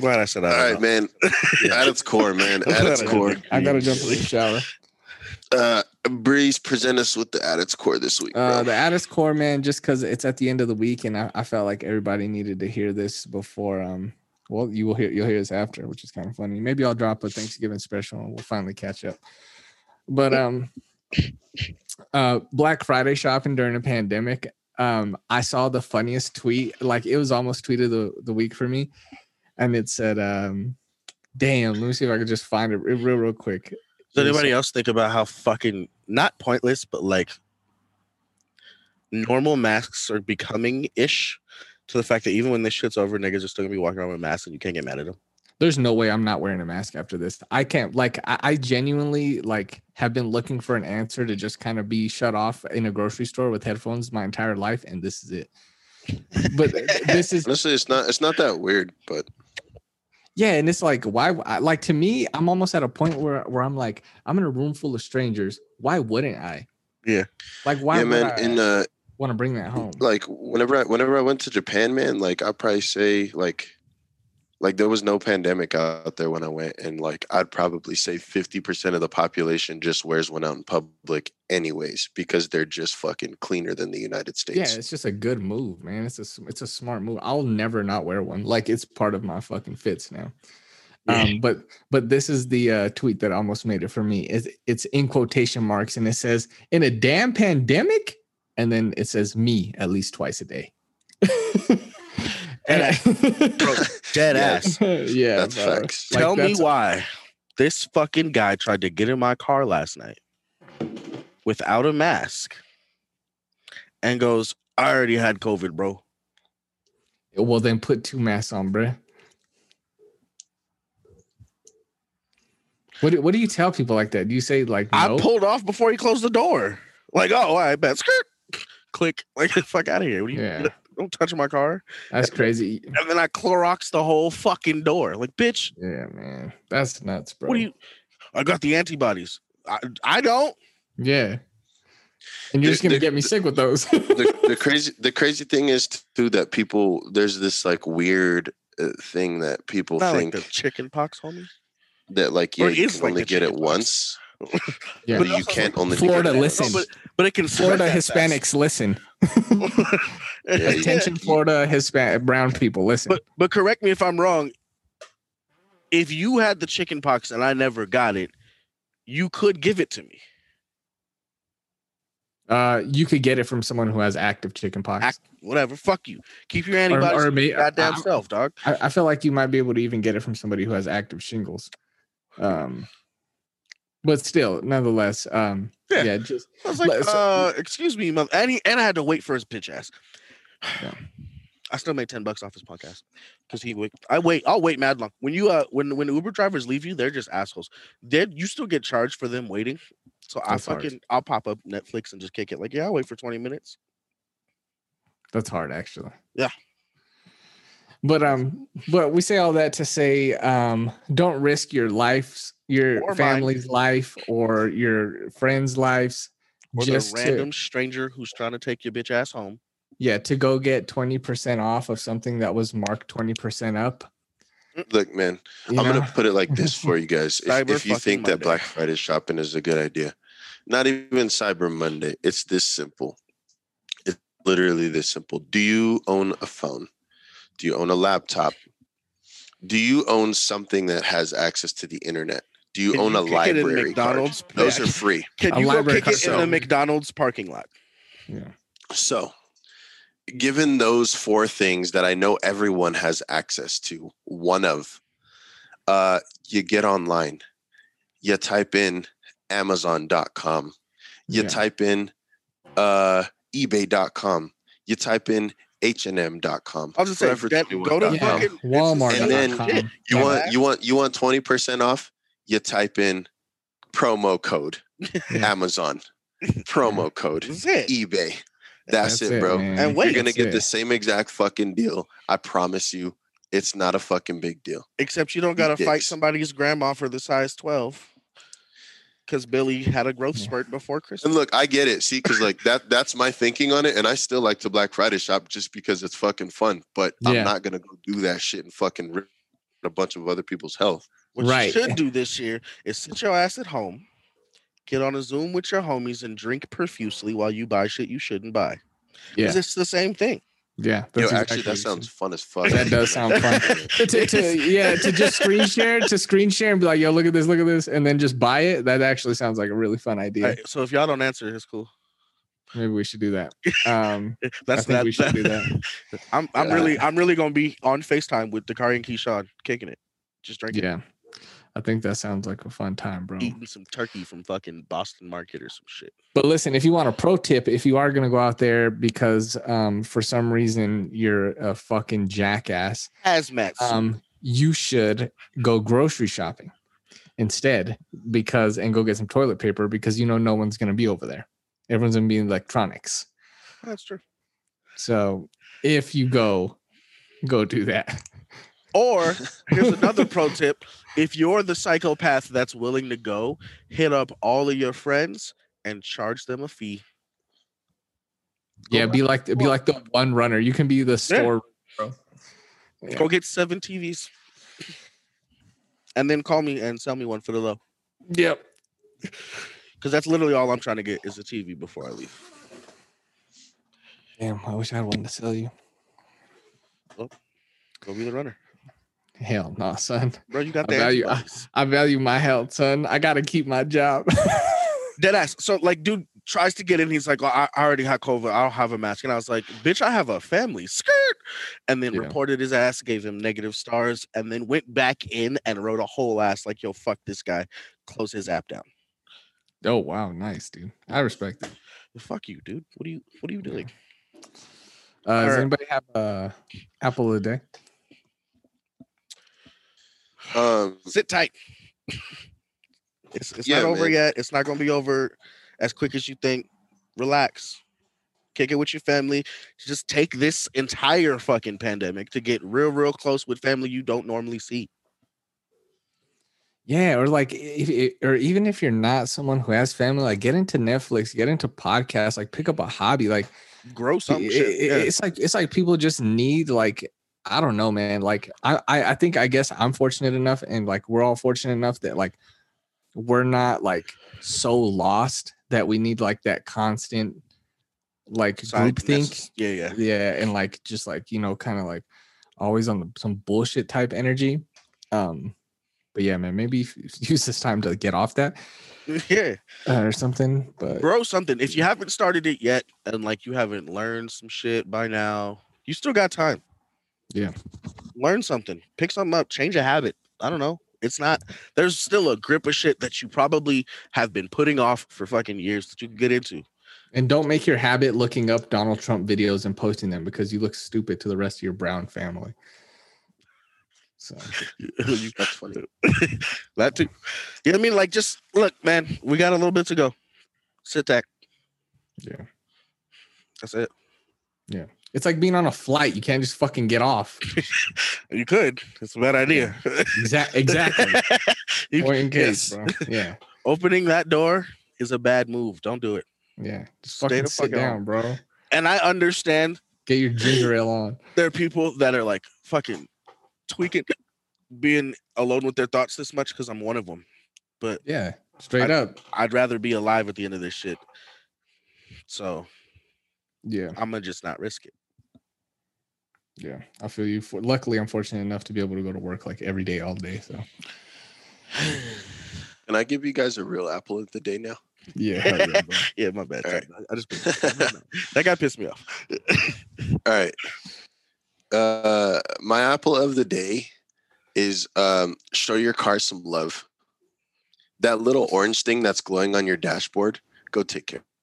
S4: glad I said I
S1: All right,
S4: don't know.
S1: man. At its core, man. At its core.
S2: I gotta jump in the shower.
S1: Uh, Breeze, present us with the at its core this week, bro.
S2: Uh, the Addis Core, man, just because it's at the end of the week, and I, I felt like everybody needed to hear this before. Um, well, you will hear you'll hear this after, which is kind of funny. Maybe I'll drop a Thanksgiving special and we'll finally catch up. But um, uh, Black Friday shopping during a pandemic. Um, I saw the funniest tweet. Like it was almost tweeted the the week for me, and it said, um, "Damn, let me see if I could just find it real real quick."
S4: Does anybody else think about how fucking not pointless, but like normal masks are becoming ish to the fact that even when this shit's over, niggas are still gonna be walking around with masks and you can't get mad at them.
S2: there's no way I'm not wearing a mask after this. I can't like I, I genuinely like have been looking for an answer to just kind of be shut off in a grocery store with headphones my entire life, and this is it. But this is
S1: Honestly, it's not it's not that weird, but
S2: yeah, and it's like why I- like to me, I'm almost at a point where where I'm like, I'm in a room full of strangers. Why wouldn't I?
S4: Yeah.
S2: Like why
S1: yeah,
S2: would
S1: man.
S2: I
S1: In uh,
S2: want to bring that home?
S1: like whenever I whenever I went to Japan, man, like I probably say like like there was no pandemic out there when I went, and like I'd probably say fifty percent of the population just wears one out in public, anyways, because they're just fucking cleaner than the United
S2: yeah,
S1: States.
S2: it's just a good move, man. It's a s- it's a smart move. I'll never not wear one. Like it's part of my fucking fits now. Um, but but this is the uh, tweet that almost made it for me. It's, it's in quotation marks and it says in a damn pandemic, and then it says me at least twice a day. and
S4: Bro,
S2: I,
S4: dead
S1: Yeah.
S4: ass.
S2: yeah,
S1: That's
S2: bro.
S1: facts.
S2: Like,
S4: Tell me
S2: that's-
S4: why this fucking guy tried to get in my car last night without a mask and goes, I already had COVID, bro.
S2: Well, then put two masks on, bruh. What do, what do you tell people like that? Do you say like no?
S4: I pulled off before he closed the door. Like, oh, I bet. Skirt. Click. Like, the fuck out of here. What do you,
S2: Yeah.
S4: Don't touch my car.
S2: That's crazy.
S4: And then I Clorox the whole fucking door. Like, bitch,
S2: Yeah, man, that's nuts, bro.
S4: what do you? I got the antibodies. I, I don't.
S2: Yeah, and you're
S1: The-
S2: just gonna
S1: the-
S2: get me sick with those.
S1: the, the crazy the crazy thing is too that people there's this like weird uh, thing that people
S4: Not like
S1: think
S4: the chicken pox, homie.
S1: that like
S4: Or
S1: yeah, you
S4: is
S1: can
S4: like
S1: only
S4: the
S1: get it
S4: chickenpox.
S1: once, but
S2: yeah,
S4: But
S1: you
S4: also,
S1: can't only get
S2: Florida,
S1: it once.
S2: listen.
S4: No, but but it can spread
S2: Florida
S4: that
S2: Hispanics, listen.
S4: fast.
S1: Yeah, you-
S2: Attention, Florida Hispanic brown people, listen.
S4: But but correct me if I'm wrong. If you had the chicken pox and I never got it, you could give it to me.
S2: uh, you could get it from someone who has active chickenpox.
S4: Act- whatever. Fuck you. Keep your
S2: or, uh,
S4: antibodies.
S2: or
S4: to
S2: may-
S4: your goddamn
S2: I,
S4: self, dog.
S2: I I feel like you might be able to even get it from somebody who has active shingles. Um, but still, nonetheless, um,
S4: Yeah.
S2: yeah just
S4: I was like,
S2: Let- so-
S4: uh, excuse me, mother. And, he, and I had to wait for his bitch ass.
S2: Yeah.
S4: I still made 10 bucks off his podcast because he wait. I wait, I'll wait mad long. When you uh when when Uber drivers leave you, they're just assholes. They you still get charged for them waiting. So I
S2: That's hard.
S4: fucking I'll pop up Netflix and just kick it. Like, yeah, I'll wait for 20 minutes.
S2: That's hard, actually.
S4: Yeah.
S2: But um, but we say all that to say, um, don't risk your lives, your
S4: Or mine.
S2: family's life, or your friends' lives.
S4: Or
S2: just
S4: the
S2: to-
S4: random stranger who's trying to take your bitch ass home.
S2: yeah, to go get twenty percent off of something that was marked twenty percent up.
S1: Look, man,
S2: you
S1: I'm
S2: know?
S1: gonna put it like this for you guys. if,
S4: Cyber
S1: if you
S4: fucking
S1: think that
S4: Monday.
S1: Black Friday shopping is a good idea, not even Cyber Monday. It's this simple. It's literally this simple. Do you own a phone? Do you own a laptop? Do you own something that has access to the internet? Do you
S4: Can
S1: own a
S4: you kick it in
S1: library card?
S4: McDonald's?
S1: Those
S4: Yeah.
S1: are free.
S4: Can
S2: A
S4: you go
S2: library
S4: kick it
S1: card.
S4: in the McDonald's parking lot?
S1: So, given those four things that I know everyone has access to, one of, uh, you get online, you type in Amazon.com, you
S2: Yeah.
S1: type in uh, eBay.com, you type in H&M.com.
S4: I'll just say
S1: Forever
S4: that- go
S1: 21
S4: to
S1: dot
S2: Yeah,
S1: com.
S4: fucking
S2: Walmart
S1: And then-
S4: Yeah.
S2: Walmart.com.
S1: You want
S4: Yeah.
S1: you want you want twenty percent off? You type in promo code Amazon, promo code
S4: This is it.
S1: eBay. That's, it, bro.
S2: Mm-hmm. man.
S4: And wait,
S1: You're gonna
S2: That's
S1: get
S2: it.
S1: the same exact fucking deal. I promise you. It's not a fucking big deal.
S4: Except you don't gotta fight
S1: Dicks.
S4: somebody's grandma for the size twelve. Cause Billy had a growth
S2: Yeah.
S4: spurt before Christmas.
S1: And look, I get it. See, because like that, that's my thinking on it. And I still like to Black Friday shop just because it's fucking fun. But
S2: Yeah.
S1: I'm not going to go do that shit and fucking rip a bunch of other people's health.
S4: What
S2: Right.
S4: you should do this year is sit your ass at home, get on a Zoom with your homies, and drink profusely while you buy shit you shouldn't buy.
S2: Yeah.
S4: Because it's the same thing.
S2: Yeah.
S1: Yo,
S2: that's
S1: actually,
S2: exactly what
S1: that
S2: he said.
S1: sounds fun as fuck.
S2: That does sound fun. To- to- to- yeah, to just screen share, to screen share and be like, yo, look at this, look at this, and then just buy it. That actually sounds like a really fun idea.
S4: Alright, so if y'all don't answer, it's cool.
S2: Maybe we should do that. Um, I
S4: That's
S2: think
S4: that.
S2: we should do that.
S4: I'm I'm
S1: Yeah.
S4: really I'm really gonna be on FaceTime with Dakari and Keyshawn kicking it. Just drinking,
S2: Yeah. I think that sounds like a fun time, bro.
S4: eating some turkey from fucking Boston Market or some shit.
S2: But listen, if you want a pro tip, if you are going to go out there because um, for some reason you're a fucking jackass,
S4: Hazmat. suit.
S2: um, you should go grocery shopping instead because and go get some toilet paper because you know no one's going to be over there. Everyone's going to be in electronics.
S4: That's true.
S2: So if you go, go do that.
S4: Or here's another pro tip: if you're the psychopath that's willing to go, hit up all of your friends and charge them a fee.
S2: Yeah, be like be like the one runner. You can be the store. Yeah.
S4: Go get seven TVs, and then call me and sell me one for the low.
S2: Yep.
S4: Because that's literally all I'm trying to get is a TV before I leave.
S2: Damn, I wish I had one to sell you.
S4: Go be the runner,
S2: Hell no, son.
S4: bro. You got
S2: I
S4: the
S2: value-
S4: antibodies.
S2: I value my health, son. I gotta keep my job.
S4: dead ass. So like, dude tries to get in. He's like, oh, I I already had COVID. I don't have a mask. And I was like, bitch, I have a family. Skirt. And then
S2: Yeah.
S4: reported his ass, gave him negative stars, and then went back in and wrote a whole ass like, yo, fuck this guy. Close his app down.
S2: oh wow, nice dude. I respect it.
S4: Fuck you, dude. What are you? What are you doing?
S2: Uh, does
S4: Alright.
S2: anybody have uh, apple a day?
S1: Um,
S4: Sit tight. it's it's
S1: Yeah,
S4: not over
S1: man.
S4: yet. It's not gonna be over as quick as you think. Relax. Kick it with your family. Just take this entire fucking pandemic to get real, real close with family you don't normally see.
S2: Yeah, or like, if, if- or even if you're not someone who has family, like get into Netflix, get into podcasts, like pick up a hobby. Like
S4: grow some
S2: it-
S4: shit.
S2: it-
S4: yeah.
S2: it's like it's like people just need like I don't know, man. Like I, I I think I guess I'm fortunate enough, and like we're all fortunate enough that like we're not like so lost that we need like that constant like
S4: Side
S2: groupthink.
S4: messes. Yeah, yeah.
S2: yeah and like just like you know kind of like always on the, some bullshit type energy um but yeah man maybe f- use this time to get off that
S4: Yeah.
S2: uh, or something but
S4: Grow something. If you haven't started it yet and like you haven't learned some shit by now, you still got time.
S2: Yeah.
S4: Learn something. Pick something up. Change a habit. I don't know. It's not there's still a grip of shit that you probably have been putting off for fucking years that you can get into.
S2: and don't make your habit looking up donald trump videos and posting them because you look stupid to the rest of your brown family so
S4: You-
S1: that's funny.
S4: that too. You know what I mean? Like just look, man, we got a little bit to go. Sit back.
S2: yeah
S4: That's it.
S2: it's like being on a flight you can't just fucking get off
S4: You could. It's a bad idea.
S2: Exact exactly
S4: You-
S2: point in case
S4: yes.
S2: bro. yeah
S4: opening that door is a bad move. Don't do it.
S2: yeah just
S4: Stay
S2: fucking
S4: the
S2: sit
S4: fuck
S2: down bro
S4: And I understand
S2: get your ginger ale on
S4: there are people that are like fucking tweaking, being alone with their thoughts this much because I'm one of them. But
S2: yeah straight up
S4: I'd rather be alive at the end of this shit. So
S2: yeah
S4: I'm gonna just not risk it.
S2: Yeah, I feel you. For, luckily, I'm fortunate enough to be able to go to work like every day, all day. So
S1: Can I give you guys a real apple of the day now?
S2: yeah, hell yeah, bro.
S4: Yeah, my bad.
S1: All right.
S4: I- I just that guy pissed me off.
S1: All right. Uh, my apple of the day is um, show your car some love. That little orange thing that's glowing on your dashboard, go take care